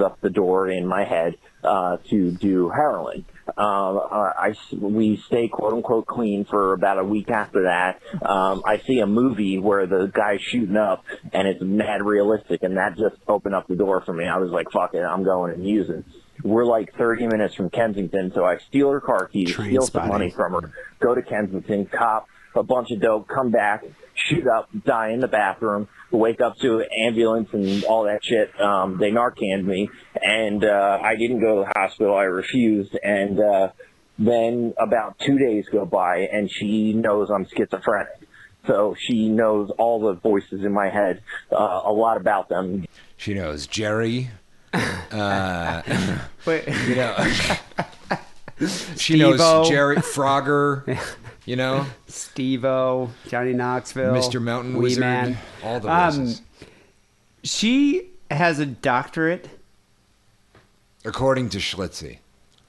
up the door in my head uh, to do heroin. Um, uh, I we stay quote unquote clean for about a week after that. Um, I see a movie where the guy's shooting up and it's mad realistic, and that just opened up the door for me. I was like, "Fuck it, I'm going and using." We're like 30 minutes from Kensington, so I steal her car keys,
Train
steal
spotting.
some money from her, go to Kensington, cop a bunch of dope, come back, shoot up, die in the bathroom, wake up to an ambulance and all that shit. Um, they Narcaned me, and uh, I didn't go to the hospital. I refused, and uh, then about two days go by, and she knows I'm schizophrenic. So she knows all the voices in my head, uh, a lot about them,
She knows Jerry.
But
You know. she knows
Steve-O.
Jerry Frogger. You know.
Steve-O, Johnny Knoxville,
Mr. Mountain
Wee
Wizard,
Man.
all the
Um,
voices.
She has a doctorate.
According to Schlitzie.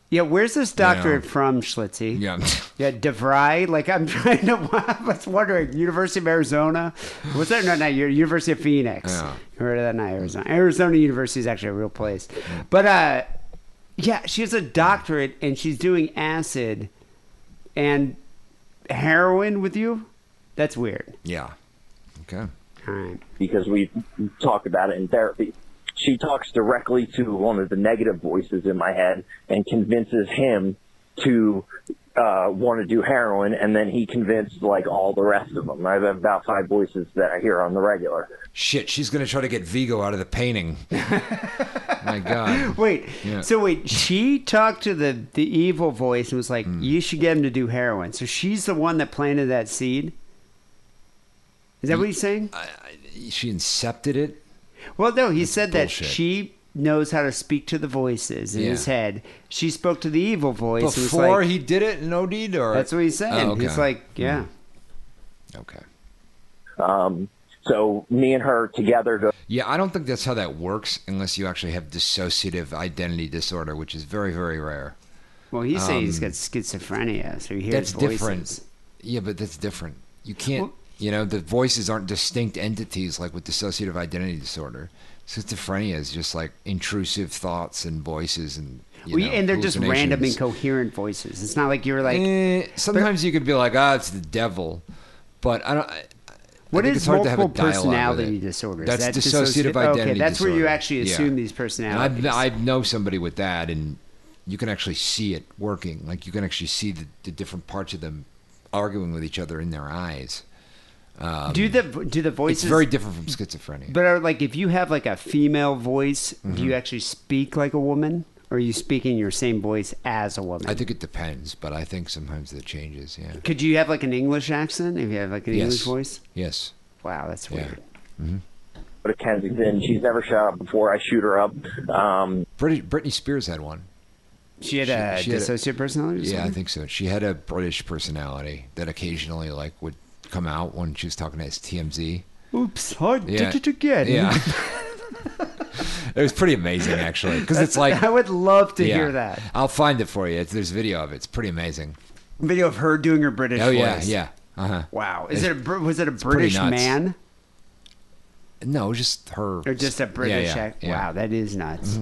Yeah, where's this doctorate from, Schlitzie?
Yeah.
Yeah, DeVry. Like I'm trying to. I was wondering, University of Arizona. What's that? No, not U- University of Phoenix.
Yeah.
You heard of that? Not Arizona. Arizona University is actually a real place.
Mm.
But uh, yeah, she has a doctorate and she's doing acid and heroin with you. That's weird.
Yeah. Okay.
All right.
because we talked about it in therapy. She talks directly to one of the negative voices in my head and convinces him to uh, want to do heroin, and then he convinced like all the rest of them. I have about five voices that I hear on the regular.
Shit, she's gonna try to get Vigo out of the painting. My God.
Wait.
Yeah.
So wait, she talked to the the evil voice and was like,
Mm.
"You should get him to do heroin." So she's the one that planted that seed. Is that what he's saying?
She incepted it.
Well, no, he said
bullshit.
that she knows how to speak to the voices in
Yeah.
his head. She spoke to the evil voice. and was
Before
like,
he did it and OD'd or Hmm.
that's what he's saying.
Oh, okay.
He's like, yeah,
Okay.
Um, So me and her together go
Yeah, I don't think that's how that works unless you actually have dissociative identity disorder, which is very, very rare.
Well, he's saying he's got schizophrenia, so he hears
Um, That's
voices.
different. Yeah, but that's different. You can't, you know, the voices aren't distinct entities like with dissociative identity disorder. Schizophrenia is just like intrusive thoughts and voices and. You
Well,
know,
and they're just random,
hallucinations.
incoherent voices. It's not like you're like.
Eh, sometimes you could be like, ah, it's the devil, but I don't. I- I
What
think
is
it's hard to have a
multiple
dialogue with
personality
it.
disorder? Is
That's
that
dissociative
dissoci-
identity.
Okay, that's where you
disorder.
actually assume these personalities.
And I've, I know somebody with that, and you can actually see it working. Like you can actually see the, the different parts of them arguing with each other in their eyes.
do the do the voices
It's very different from schizophrenia.
But are, like, if you have like a female voice, do
Mm-hmm.
you actually speak like a woman, or are you speaking your same voice as a woman?
I think it depends, but I think sometimes it changes. Yeah.
Could you have like an English accent if you have like an
yes.
English voice?
Yes.
Wow, that's
Yeah.
weird.
to Kensington. She's never shot up before. I shoot her up. Um,
Brit- Britney Spears had one.
She had a
she had a-
dissociative personality. disorder?
Yeah, I think so. She had a British personality that occasionally like would come out when she was talking to TMZ.
Oops, I
Yeah.
did it again.
Yeah. it was pretty amazing actually because it's like
I would love to
yeah.
hear that
I'll find it for you. It's, there's a video of it. It's pretty amazing.
video of her doing her British.
oh yeah,
voice.
yeah. Uh huh.
Wow, is it a Br- was it a
pretty
British
nuts.
man
No, it was just her.
or just a
Yeah,
British?
yeah,
ac-
yeah. Mm-hmm.
Wow, that is nuts.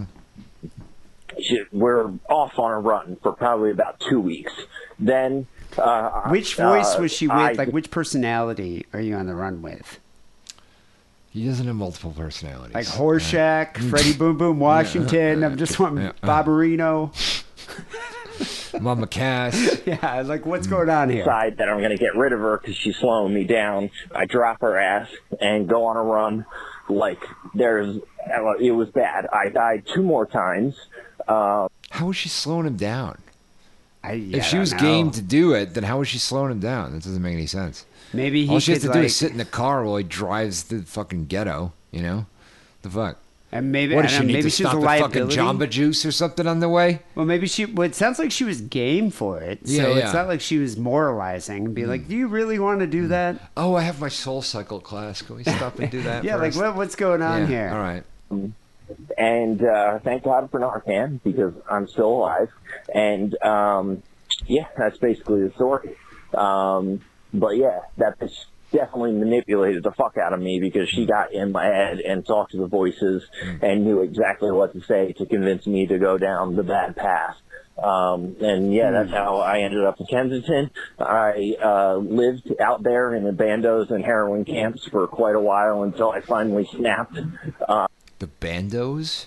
she, we're off on a run for probably about two weeks. Then, uh,
Which voice
uh,
was she with?
I-
like, which personality are you on the run with?
He doesn't have multiple personalities.
like Horshack, Freddie Boom Boom Washington. I'm just wanting
Yeah.
Bobberino.
Mama Cass.
Yeah, like what's going on here?
decide that I'm going to get rid of her because she's slowing me down. I drop her ass and go on a run. Like there's, uh, it was bad. I died two more times. Uh,
How was she slowing him down?
I, yeah,
if
I
she
don't
was
know.
game to do it, then how was she slowing him down? That doesn't make any sense.
maybe he
All she has
could,
to
like,
do is sit in the car while he drives the fucking ghetto. You know, the fuck.
and maybe
What
I
does she
don't know,
need
maybe
to
she's a
stop the fucking
liability.
Jamba Juice or something on the way?
well, maybe she. Well, it sounds like she was game for it.
Yeah,
so it's
yeah. Mm.
not like she was moralizing and be like, "Do you really want to do that?"
Oh, I have my Soul Cycle class. Can we stop and do that?
Yeah, like
first?
what, what's going on
Yeah,
here?
All right.
and uh, thank God for Narcan because I'm still alive. And um, yeah, that's basically the story. Um, but yeah, that bitch definitely manipulated the fuck out of me because she got in my head and talked to the voices and knew exactly what to say to convince me to go down the bad path. Um, and yeah, that's how I ended up in Kensington. I uh, lived out there in the bandos and heroin camps for quite a while until I finally snapped. Uh,
The bandos?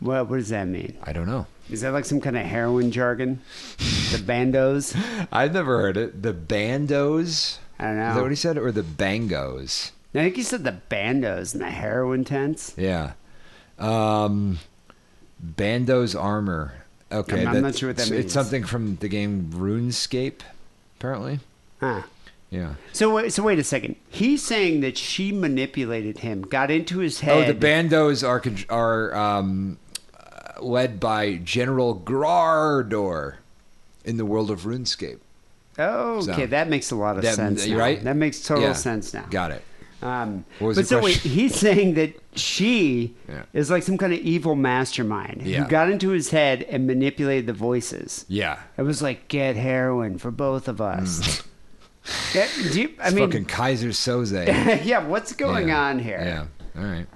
What what does that mean?
I don't know.
Is that like some kind of heroin jargon? the bandos.
I've never heard it. The bandos?
I don't know.
Is that what he said? Or the bangos?
I think he said the bandos and the heroin tents.
Yeah. Um, bandos armor. Okay.
I'm- I'm not sure what that
it's-
means.
It's something from the game RuneScape, apparently.
Huh.
Yeah.
So wait, so wait a second. He's saying that she manipulated him, got into his head.
Oh, the bandos are con- are um, uh, led by General Grardor in the world of RuneScape.
Oh, okay,
So-
that makes a lot of
That-
sense.
you
now.
right?
That makes total
Yeah.
sense now.
Got it.
Um,
What was
but
the
so wait,
question?
he's saying that she
Yeah.
is like some kind of evil mastermind
Yeah.
who got into his head and manipulated the voices.
Yeah. Mm.
It was like get heroin for both of us. Yeah, do you- I
It's
mean,
fucking Kaiser Soze.
yeah, what's going
Yeah.
on here?
Yeah. All right.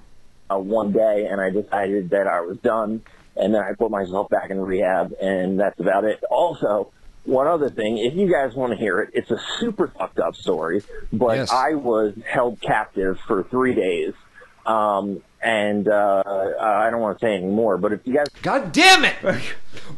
uh, one day and I decided that I was done and then I put myself back in rehab and that's about it. Also, one other thing, if you guys want to hear it, it's a super fucked up story, but
Yes.
I was held captive for three days. Um, and, uh, I don't want to say any more, but if you guys
God damn it!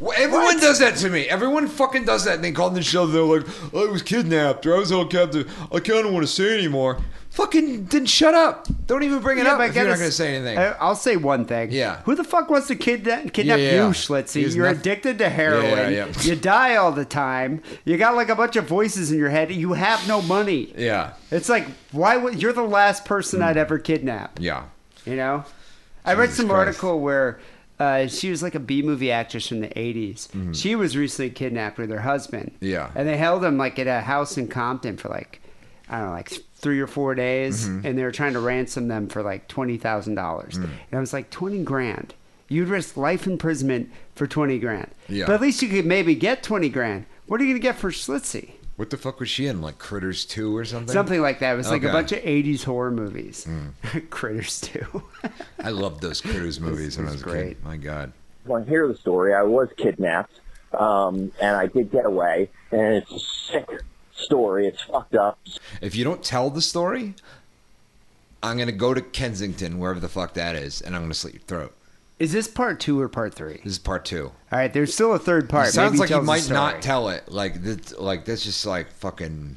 Well, Everyone does that to me. Everyone fucking does that. And they call in the show. They're like, "I was kidnapped. Or I was held captive. I kind of want to say anymore." Fucking then shut up. Don't even bring it
Yeah,
up
but I
if you're not
gotta
gonna
s-
say anything.
I- I'll say one thing.
Yeah.
Who the fuck wants to kidna- kidnap
Yeah, yeah.
you, Schlitzy?
Here's
You're
noth-
addicted to heroin.
yeah.
You die all the time. You got like a bunch of voices in your head. You have no money.
yeah,
It's like why would you're the last person I'd ever kidnap.
yeah.
You know, I read
Jesus
some
Christ.
article where. Uh, she was like a B movie actress from the 80s. She was recently kidnapped with her husband.
Mm-hmm. Yeah.
And they held him like at a house in Compton for like, I don't know, like th- three or four days,
Mm-hmm.
and they were trying to ransom them for like twenty thousand
Mm.
dollars. And I was like, twenty grand. You'd risk life imprisonment for twenty grand.
Yeah.
But at least you could maybe get twenty grand. What are you gonna get for Schlitzie?
What the fuck was she in? Like Critters Two or something?
Something like that. It was like a
Okay. Mm.
bunch of '80s horror movies, critters too.
I loved those Critters movies when I was
was
a
great.
kid. My God.
Well, hear the story. I was kidnapped, um, and I did get away. And it's a sick story. It's fucked up.
If you don't tell the story, I'm gonna go to Kensington, wherever the fuck that is, and I'm gonna slit your throat.
Is this part two or part three?
This is part two.
All right, there's still a third part.
It sounds
Maybe
like you
tells the
might not
story.
tell it. Like this, like that's just like fucking.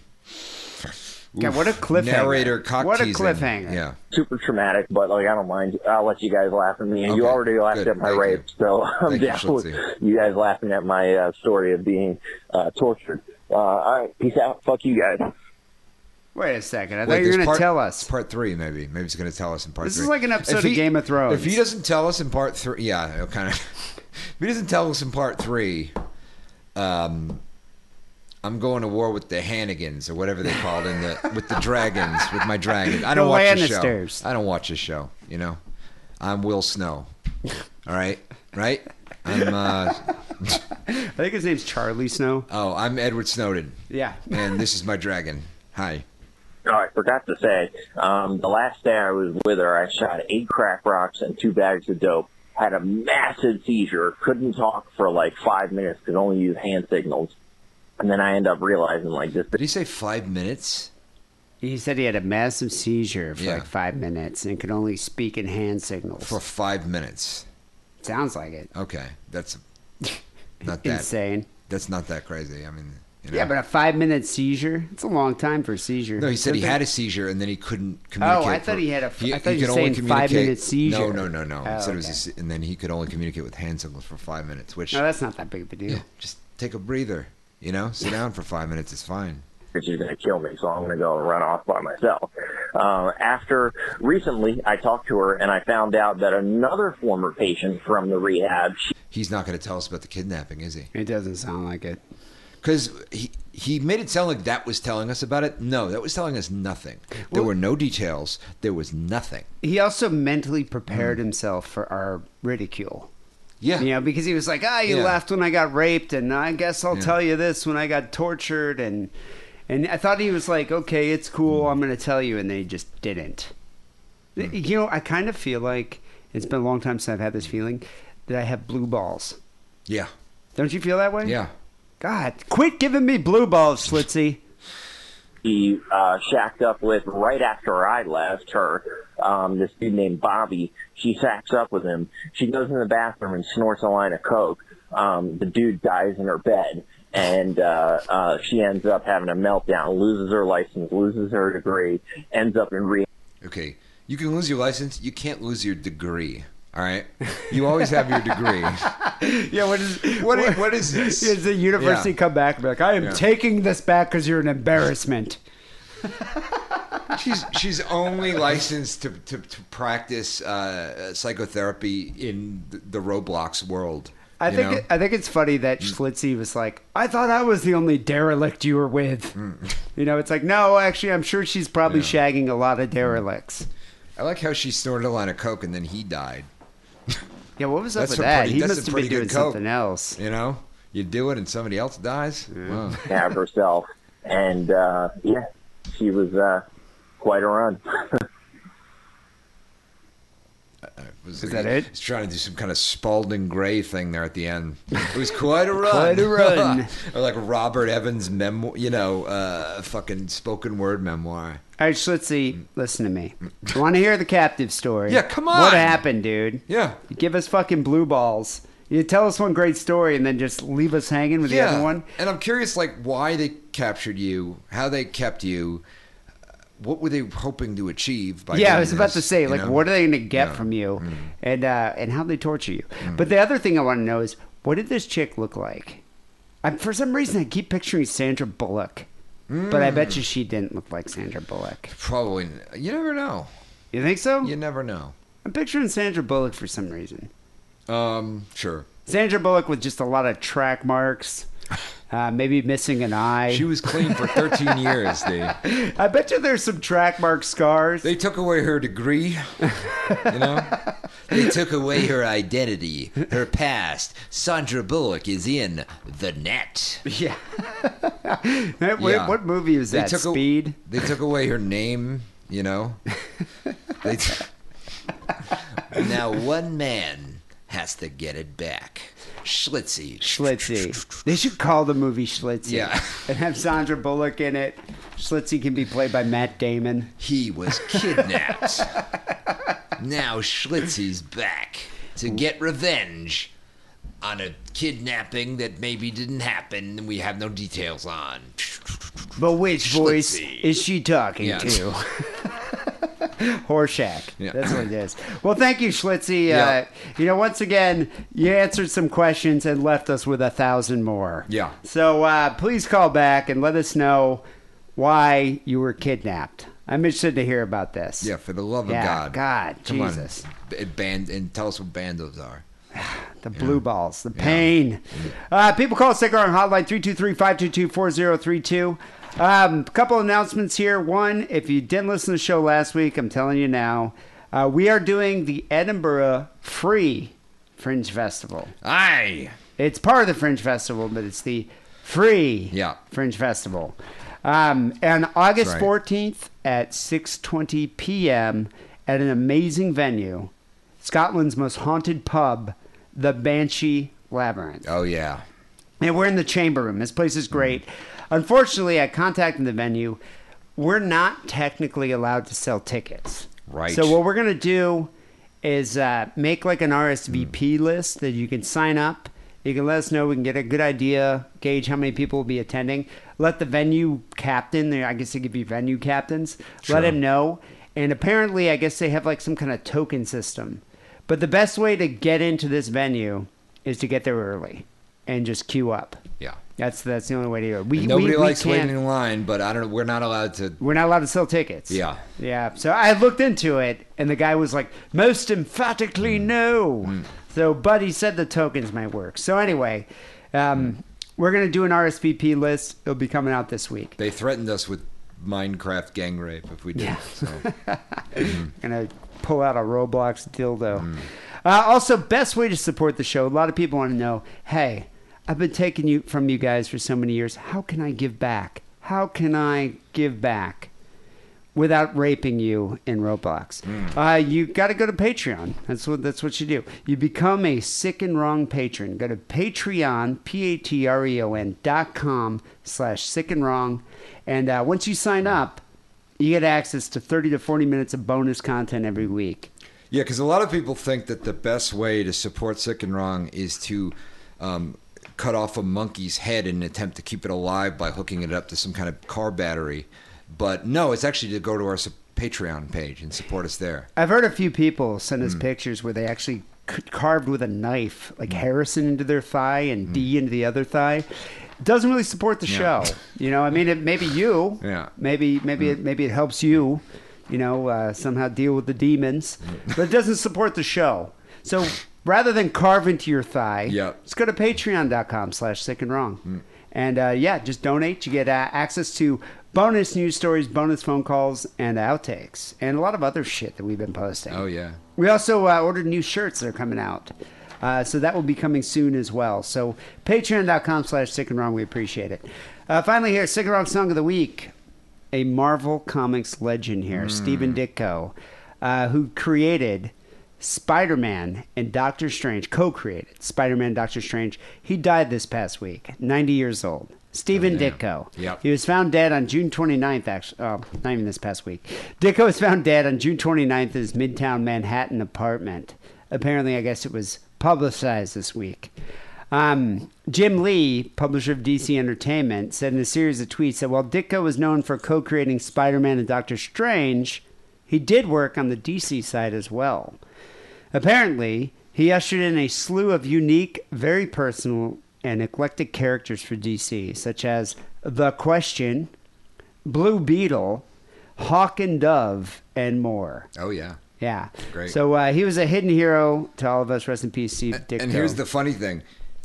God, what a cliffhanger.
Narrator cock
What a
teasing.
cliffhanger.
Yeah.
Super traumatic, but like I don't mind. I'll let you guys laugh at me. And you
Okay,
already laughed
good.
at my
Thank
rape,
you.
so I'm
Thank you,
down with
Schlitzie.
you guys laughing at my uh, story of being uh, tortured. Uh, all right, peace out. Fuck you guys.
Wait a second. I
Wait,
thought you were
there's
going to
part-
tell
It's
us.
part three, maybe. Maybe it's going to tell us in part
This
three.
is like an episode
If
of Game of Thrones.
If he doesn't tell us in part three, yeah, it kind of. if he doesn't tell us in part three, um, I'm going to war with the Hannigans or whatever they called in the with the dragons with my dragon. I don't
The
watch this
Lannisters.
show. I don't watch this show. You know, I'm Will Snow. All right, right. I'm uh,
I think his name's Charlie Snow.
oh, I'm Edward Snowden,
Yeah.
and this is my dragon. Hi.
Oh, I forgot to say, um, the last day I was with her, I shot eight crack rocks and two bags of dope. Had a massive seizure, couldn't talk for like five minutes, could only use hand signals. And then I end up realizing like this
Did he say five minutes?
He said he had a massive seizure for
Yeah.
like five minutes and could only speak in hand signals.
For five minutes.
Sounds like it.
Okay, that's not that.
Insane.
That's not that crazy. I mean, you know.
Yeah, but a five minute seizure? It's a long time for a seizure.
no, he said he
Something-
had a seizure and then he
Oh,
couldn't
I
communicate.
thought he had a- I thought you
could
were
only
saying
communicate-
five-minute seizure.
No, no, no, no.
Oh,
he said it was, a
okay.
se- and then he could only communicate with hand signals for five minutes, which
No, that's not that big of a deal.
yeah, just take a breather. You know, sit down for five minutes. It's fine.
that she's going to kill me, so I'm going to go and run off by myself. Um, after recently, I talked to her and I found out that another former patient from the rehab, she
He's not going to tell us about the kidnapping, is he?
It doesn't sound like it.
Because he he made it sound like that was telling us about it. No, that was telling us nothing. There were no details. There was nothing.
He also mentally prepared
Mm.
himself for our ridicule.
Yeah.
You know, because he was like, ah, you
Yeah.
left when I got raped, and I guess I'll
Yeah.
tell you this when I got tortured, and and I thought he was like, okay, it's cool,
Mm.
I'm going to tell you, and they just didn't. You know, I kind of feel like it's been a long time since I've had this feeling that I have blue balls.
Yeah.
Don't you feel that way?
Yeah.
God, quit giving me blue balls, Schlitzie.
she uh, shacked up with right after I left her, um, this dude named Bobby. She sacks up with him. She goes in the bathroom and snorts a line of coke. Um, the dude dies in her bed, and uh, uh, she ends up having a meltdown, loses her license, loses her degree, ends up in rehab.
Okay, you can lose your license. You can't lose your degree. All right, you always have your degree.
yeah, what is
What i- what is this?
Is the university
Yeah.
come back and be like, I am
Yeah.
taking this back because you're an embarrassment.
she's she's only licensed to to, to practice uh, psychotherapy in the, the Roblox world.
I
you
think
know? Mm.
I think it's funny that Schlitzie was like, I thought I was the only derelict you were with. You know, it's like, no, actually, I'm sure she's probably
Mm. Yeah. Mm.
shagging a lot of derelicts.
I like how she snorted a line of coke and then he died.
Yeah, what was up
That's
with
a
that?
pretty-
he
that's
must
a
have been
pretty good
doing
coke.
something else.
You know, you do it and somebody else dies. Wow.
have herself. And uh, yeah, she was uh, quite a run.
Was
Is that it?
He's trying to do some kind of Spalding Gray thing there at the end. It was quite a run.
Quite a run.
or like Robert Evans' memoir, you know, uh, fucking spoken word memoir.
All right, Schlitzie, listen to me. I want to hear the captive story.
Yeah, come
What
on.
happened, dude?
Yeah.
You give us fucking blue balls. You tell us one great story and then just leave us hanging with the other one.
And I'm curious, like, why they captured you, how they kept you, uh, what were they hoping to achieve by?
yeah, I
doing
was about
this,
to say,
you
like,
know?
what are they going to get
Yeah. Mm.
from you, and uh, and how they torture you? But the other thing I want to know is, what did this chick look like? I, for some reason, I keep picturing Sandra Bullock, but I
Mm.
bet you she didn't look like Sandra Bullock.
Probably, you never know.
You think so?
You never know.
I'm picturing Sandra Bullock for some reason.
Um, sure.
Sandra Bullock with just a lot of track marks uh, maybe missing an eye.
She was clean for 13 years, dude.
I bet you there's some track mark scars.
They took away her degree, you know? They took away her identity, her past. Sandra Bullock is in The Net.
yeah. What-
Yeah.
What movie is that?
a-
Speed.
they took away her name, you know? They t- now one man has to get it back. Schlitzy.
Schlitzy. They should call the movie Schlitzy.
Yeah.
And have Sandra Bullock in it. Schlitzy can be played by Matt Damon.
He was kidnapped. now Schlitzy's back to get revenge on a kidnapping that maybe didn't happen and we have no details on.
But which voice
Schlitzy.
is she talking
Yeah.
to? Horshack.
Yeah.
That's what it is. Well, thank you, Schlitzy.
Yeah.
Uh, you know, once again, you answered some questions and left us with a thousand more.
Yeah.
So uh, please call back and let us know why you were kidnapped. I'm interested to hear about this.
Yeah, for the love of
Yeah,
God.
God,
Come on.
Jesus.
B- Band and tell us what bandos are.
The blue balls, the pain. Uh, people call Sick Alarm Hotline 323 522 4032.
Um,
A couple announcements here. One, if you didn't listen to the show last week, I'm telling you now, uh, we are doing the Edinburgh Free Fringe Festival.
Aye.
It's part of the Fringe Festival, but it's the free
Yeah.
Fringe Festival. Um, and August
right.
14th at 6:20 p.m. at an amazing venue, Scotland's most haunted pub, the Banshee Labyrinth.
Oh yeah.
And we're in the chamber room. This place is great. Unfortunately, I contacted the venue. We're not technically allowed to sell tickets.
Right.
So what we're gonna do is uh, make like an RSVP
Hmm.
list that you can sign up. You can let us know. We can get a good idea, gauge how many people will be attending. Let the venue captain, I guess they could be venue captains, let him know. And apparently, I guess they have like some kind of token system. But the best way to get into this venue is to get there early and just queue up.
Yeah.
That's that's the only way to do it. We,
Nobody
we, we
likes waiting
can't-
in line, but I don't we're not allowed to
we're not allowed to sell tickets.
Yeah.
Yeah. So I looked into it, and the guy was like, most emphatically no. So, but he said the tokens might work. So, anyway, um, we're going to do an RSVP list. It'll be coming out this week.
they threatened us with Minecraft gang rape if we did. So
gonna pull out a Roblox dildo. Uh, also, best way to support the show. A lot of people want to know, hey, I've been taking you from you guys for so many years. How can I give back? How can I give back without raping you in Roblox? Uh, you got to go to Patreon. That's what that's what you do. You become a sick and wrong patron. Go to Patreon, p a t r e o n dot com slash sick and wrong, and uh, once you sign up you get access to 30 to 40 minutes of bonus content every week.
Yeah, because a lot of people think that the best way to support Sick and Wrong is to um, cut off a monkey's head in an attempt to keep it alive by hooking it up to some kind of car battery. But no, it's actually to go to our su- Patreon page and support us there.
I've heard a few people send
Hmm.
us pictures where they actually c- carved with a knife, like Harrison into their thigh and D into the other thigh. Doesn't really support the
Hmm. Yeah.
show, you know. I mean, it, maybe you,
Yeah. Hmm.
maybe maybe it, maybe it helps you, you know, uh, somehow deal with the demons, but it doesn't support the show. So rather than carve into your thigh,
Yeah.
just go to patreon.com slash sick and wrong
Mm.
and uh, yeah just donate you get uh, access to bonus news stories bonus phone calls and outtakes and a lot of other shit that we've been posting
Oh, yeah.
we also uh, ordered new shirts that are coming out uh, so that will be coming soon as well so patreon.com slash sick and wrong we appreciate it uh, finally here sick and wrong song of the week a marvel comics legend here stephen ditko uh, who created Spider Man and Doctor Strange co created Spider Man, Doctor Strange. He died this past week, 90 years old. Stephen Ditko.
Yep.
He was found dead on June 29th, actually. Oh, not even this past week. Ditko was found dead on June 29th at his Midtown Manhattan apartment. Apparently, I guess it was publicized this week. Um, Jim Lee, publisher of DC Entertainment, said in a series of tweets that while Ditko was known for co creating Spider Man and Doctor Strange, he did work on the DC side as well. Apparently, he ushered in a slew of unique, very personal, and eclectic characters for DC, such as The Question, Blue Beetle, Hawk and Dove, and more.
Oh, yeah.
Yeah.
Great.
So uh, he was a hidden hero to all of us. Rest in peace, Steve Ditko.
And here's the funny thing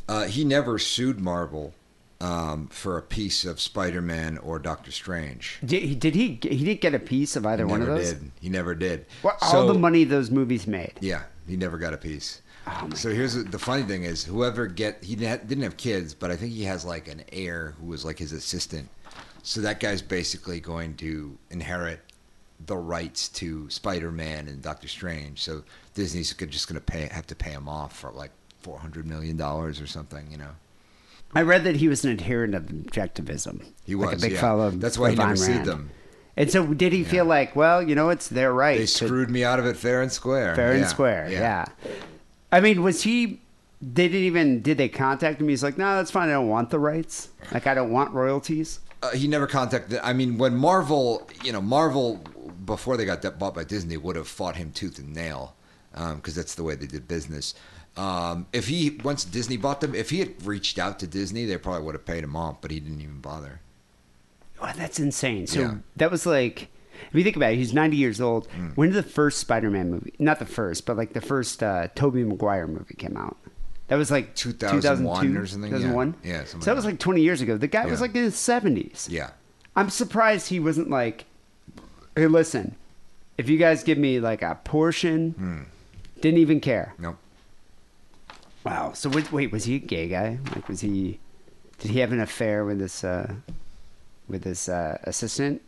uh, he never sued Marvel. um, for a piece of Spider-Man or Doctor Strange.
Did he? Did he? He didn't get a piece of either one of
never
those.
did. He never did.
What, all
So-
the money those movies made.
Yeah, he never got a piece.
Oh
so here's the- the funny thing is whoever get he didn't have- didn't have kids, but I think he has like an heir who was like his assistant. So that guy's basically going to inherit the rights to Spider-Man and Doctor Strange. So Disney's go- just going to pay have to pay him off for like 400 million dollars or something, you know.
I read that he was an adherent of objectivism.
He
like
was,
a big
yeah.
fellow.
That's why he
Ayn
never sued
Rand.
them.
And so, did he feel like, well, you know, it's their right,
They
to-
screwed me out of it fair and square.
fair and
Yeah,
square? Yeah. I mean, was he? They didn't even. Did they contact him? He's like, no, that's fine. I don't want the rights. Like, I don't want royalties.
uh, he never contacted. I mean, when Marvel, you know, Marvel before they got de- bought by Disney would have fought him tooth and nail because that's the way they did business. Um, if he once Disney bought them, if he had reached out to Disney, they probably would have paid him off, but he didn't even bother.
Wow, Oh, that's insane. So
Yeah.
that was like, if you think about it, he's 90 years old.
Mm.
When did the first Spider-Man movie, not the first, but like the first uh, Tobey Maguire movie came out? That was like
2001
2002,
or something, yeah.
2001?
Yeah, something
So
like
that was
that.
like 20 years ago. The guy was
Yeah.
like in his 70s.
Yeah,
I'm surprised he wasn't like, hey, listen, if you guys give me like a portion,
Hmm.
didn't even care.
no,
Wow. So wait, wait, was he a gay guy? Like, was he? Did he have an affair with this uh, with this uh, assistant?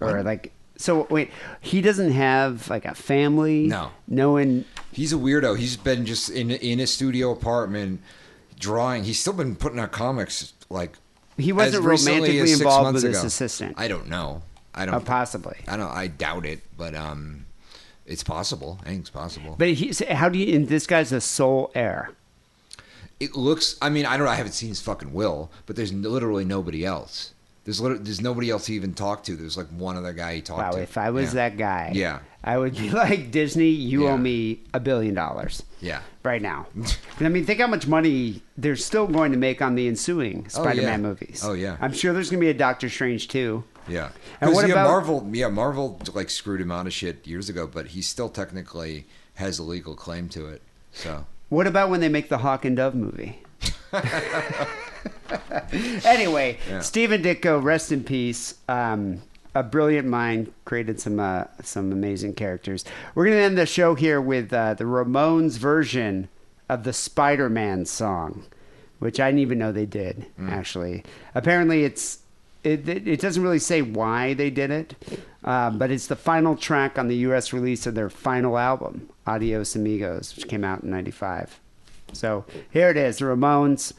Or like, so wait, he doesn't have like a family.
No.
No one.
he's a weirdo. He's been just in in a studio apartment drawing. He's still been putting out comics like
He
as
wasn't
recently as
romantically
six
involved
months
with his
ago.
assistant.
I don't know. I don't
Uh, possibly.
I don't. I doubt it, but um, it's possible. Anything's possible.
But he's how do you? And this guy's the sole heir.
it looks. I mean, I don't. know. I haven't seen his fucking will, but there's n- literally nobody else. There's literally, there's nobody else he even talked to. There's like one other guy he talked
Wow.
to.
If I was
Yeah.
that guy,
Yeah.
I would be like Disney. You
Yeah.
owe me a billion dollars.
Yeah.
Right now. 'Cause, I mean, think how much money they're still going to make on the ensuing Spider-Man movies.
Oh, yeah.
I'm sure there's going to be a Doctor Strange too.
Yeah.
And
'Cause,
what
yeah,
about-
Marvel? Yeah, Marvel like screwed him out of shit years ago, but he still technically has a legal claim to it. So
What about when they make the Hawk and Dove movie? anyway, Stephen Ditko, rest in peace. Um, a brilliant mind created some uh, some amazing characters. We're gonna end the show here with uh, the Ramones version of the Spider-Man song, which I didn't even know they did. Actually, apparently it's it, it, it doesn't really say why they did it, uh, but it's the final track on the U.S. release of their final album, Adios Amigos, which came out in '95. So here it is, the Ramones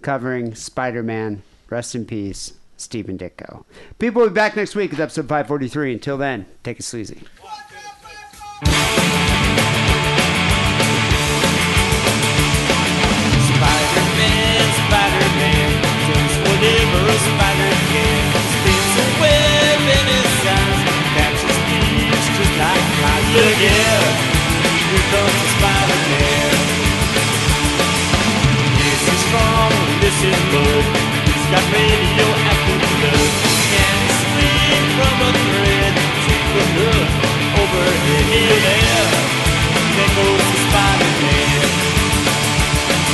covering Spider-Man. Rest in peace, Stephen Ditko. People will be back next week with episode 543. Until then, take it sleazy.
Spider-Man, Spider-Man, does whatever a spider can. Spins a web in his eyes, catches thieves just like flies. Look out, here comes the Spider-Man. This is strong, this is good. He's got radioactive blood. Can't escape from a thread. Take a look over here. There, there goes the Spider-Man.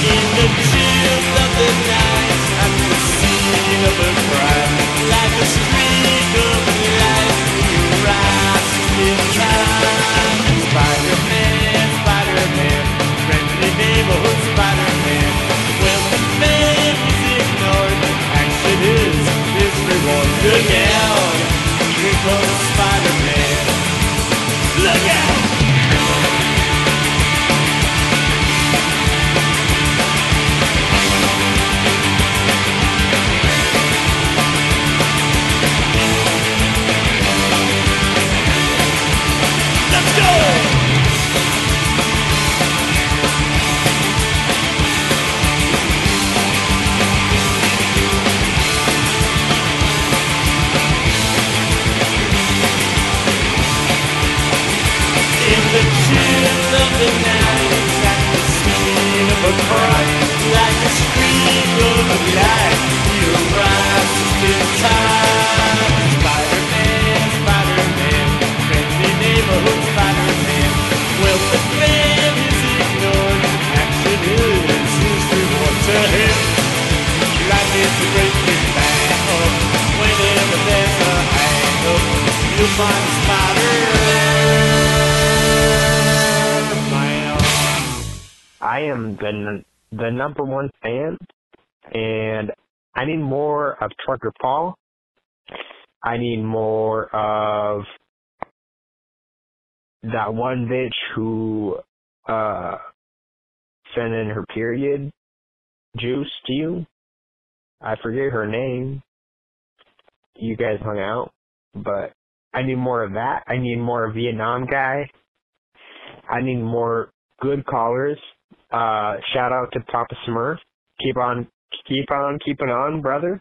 In the chill of the night, I'm the scene of a crime. Like a streak of light, you rise in time. Spider-Man, Spider-Man, friendly neighborhood Spider-Man. When the man is ignored, action is his reward. Look out, here comes Spider-Man. Look out!
I am the n- the number one fan, and I need more of Trucker Paul. I need more of that one bitch who uh sent in her period juice to you. I forget her name. You guys hung out, but I need more of that. I need more Vietnam guy. I need more good callers. Uh, shout out to Papa Smurf. Keep on, keep on, keeping on, brother.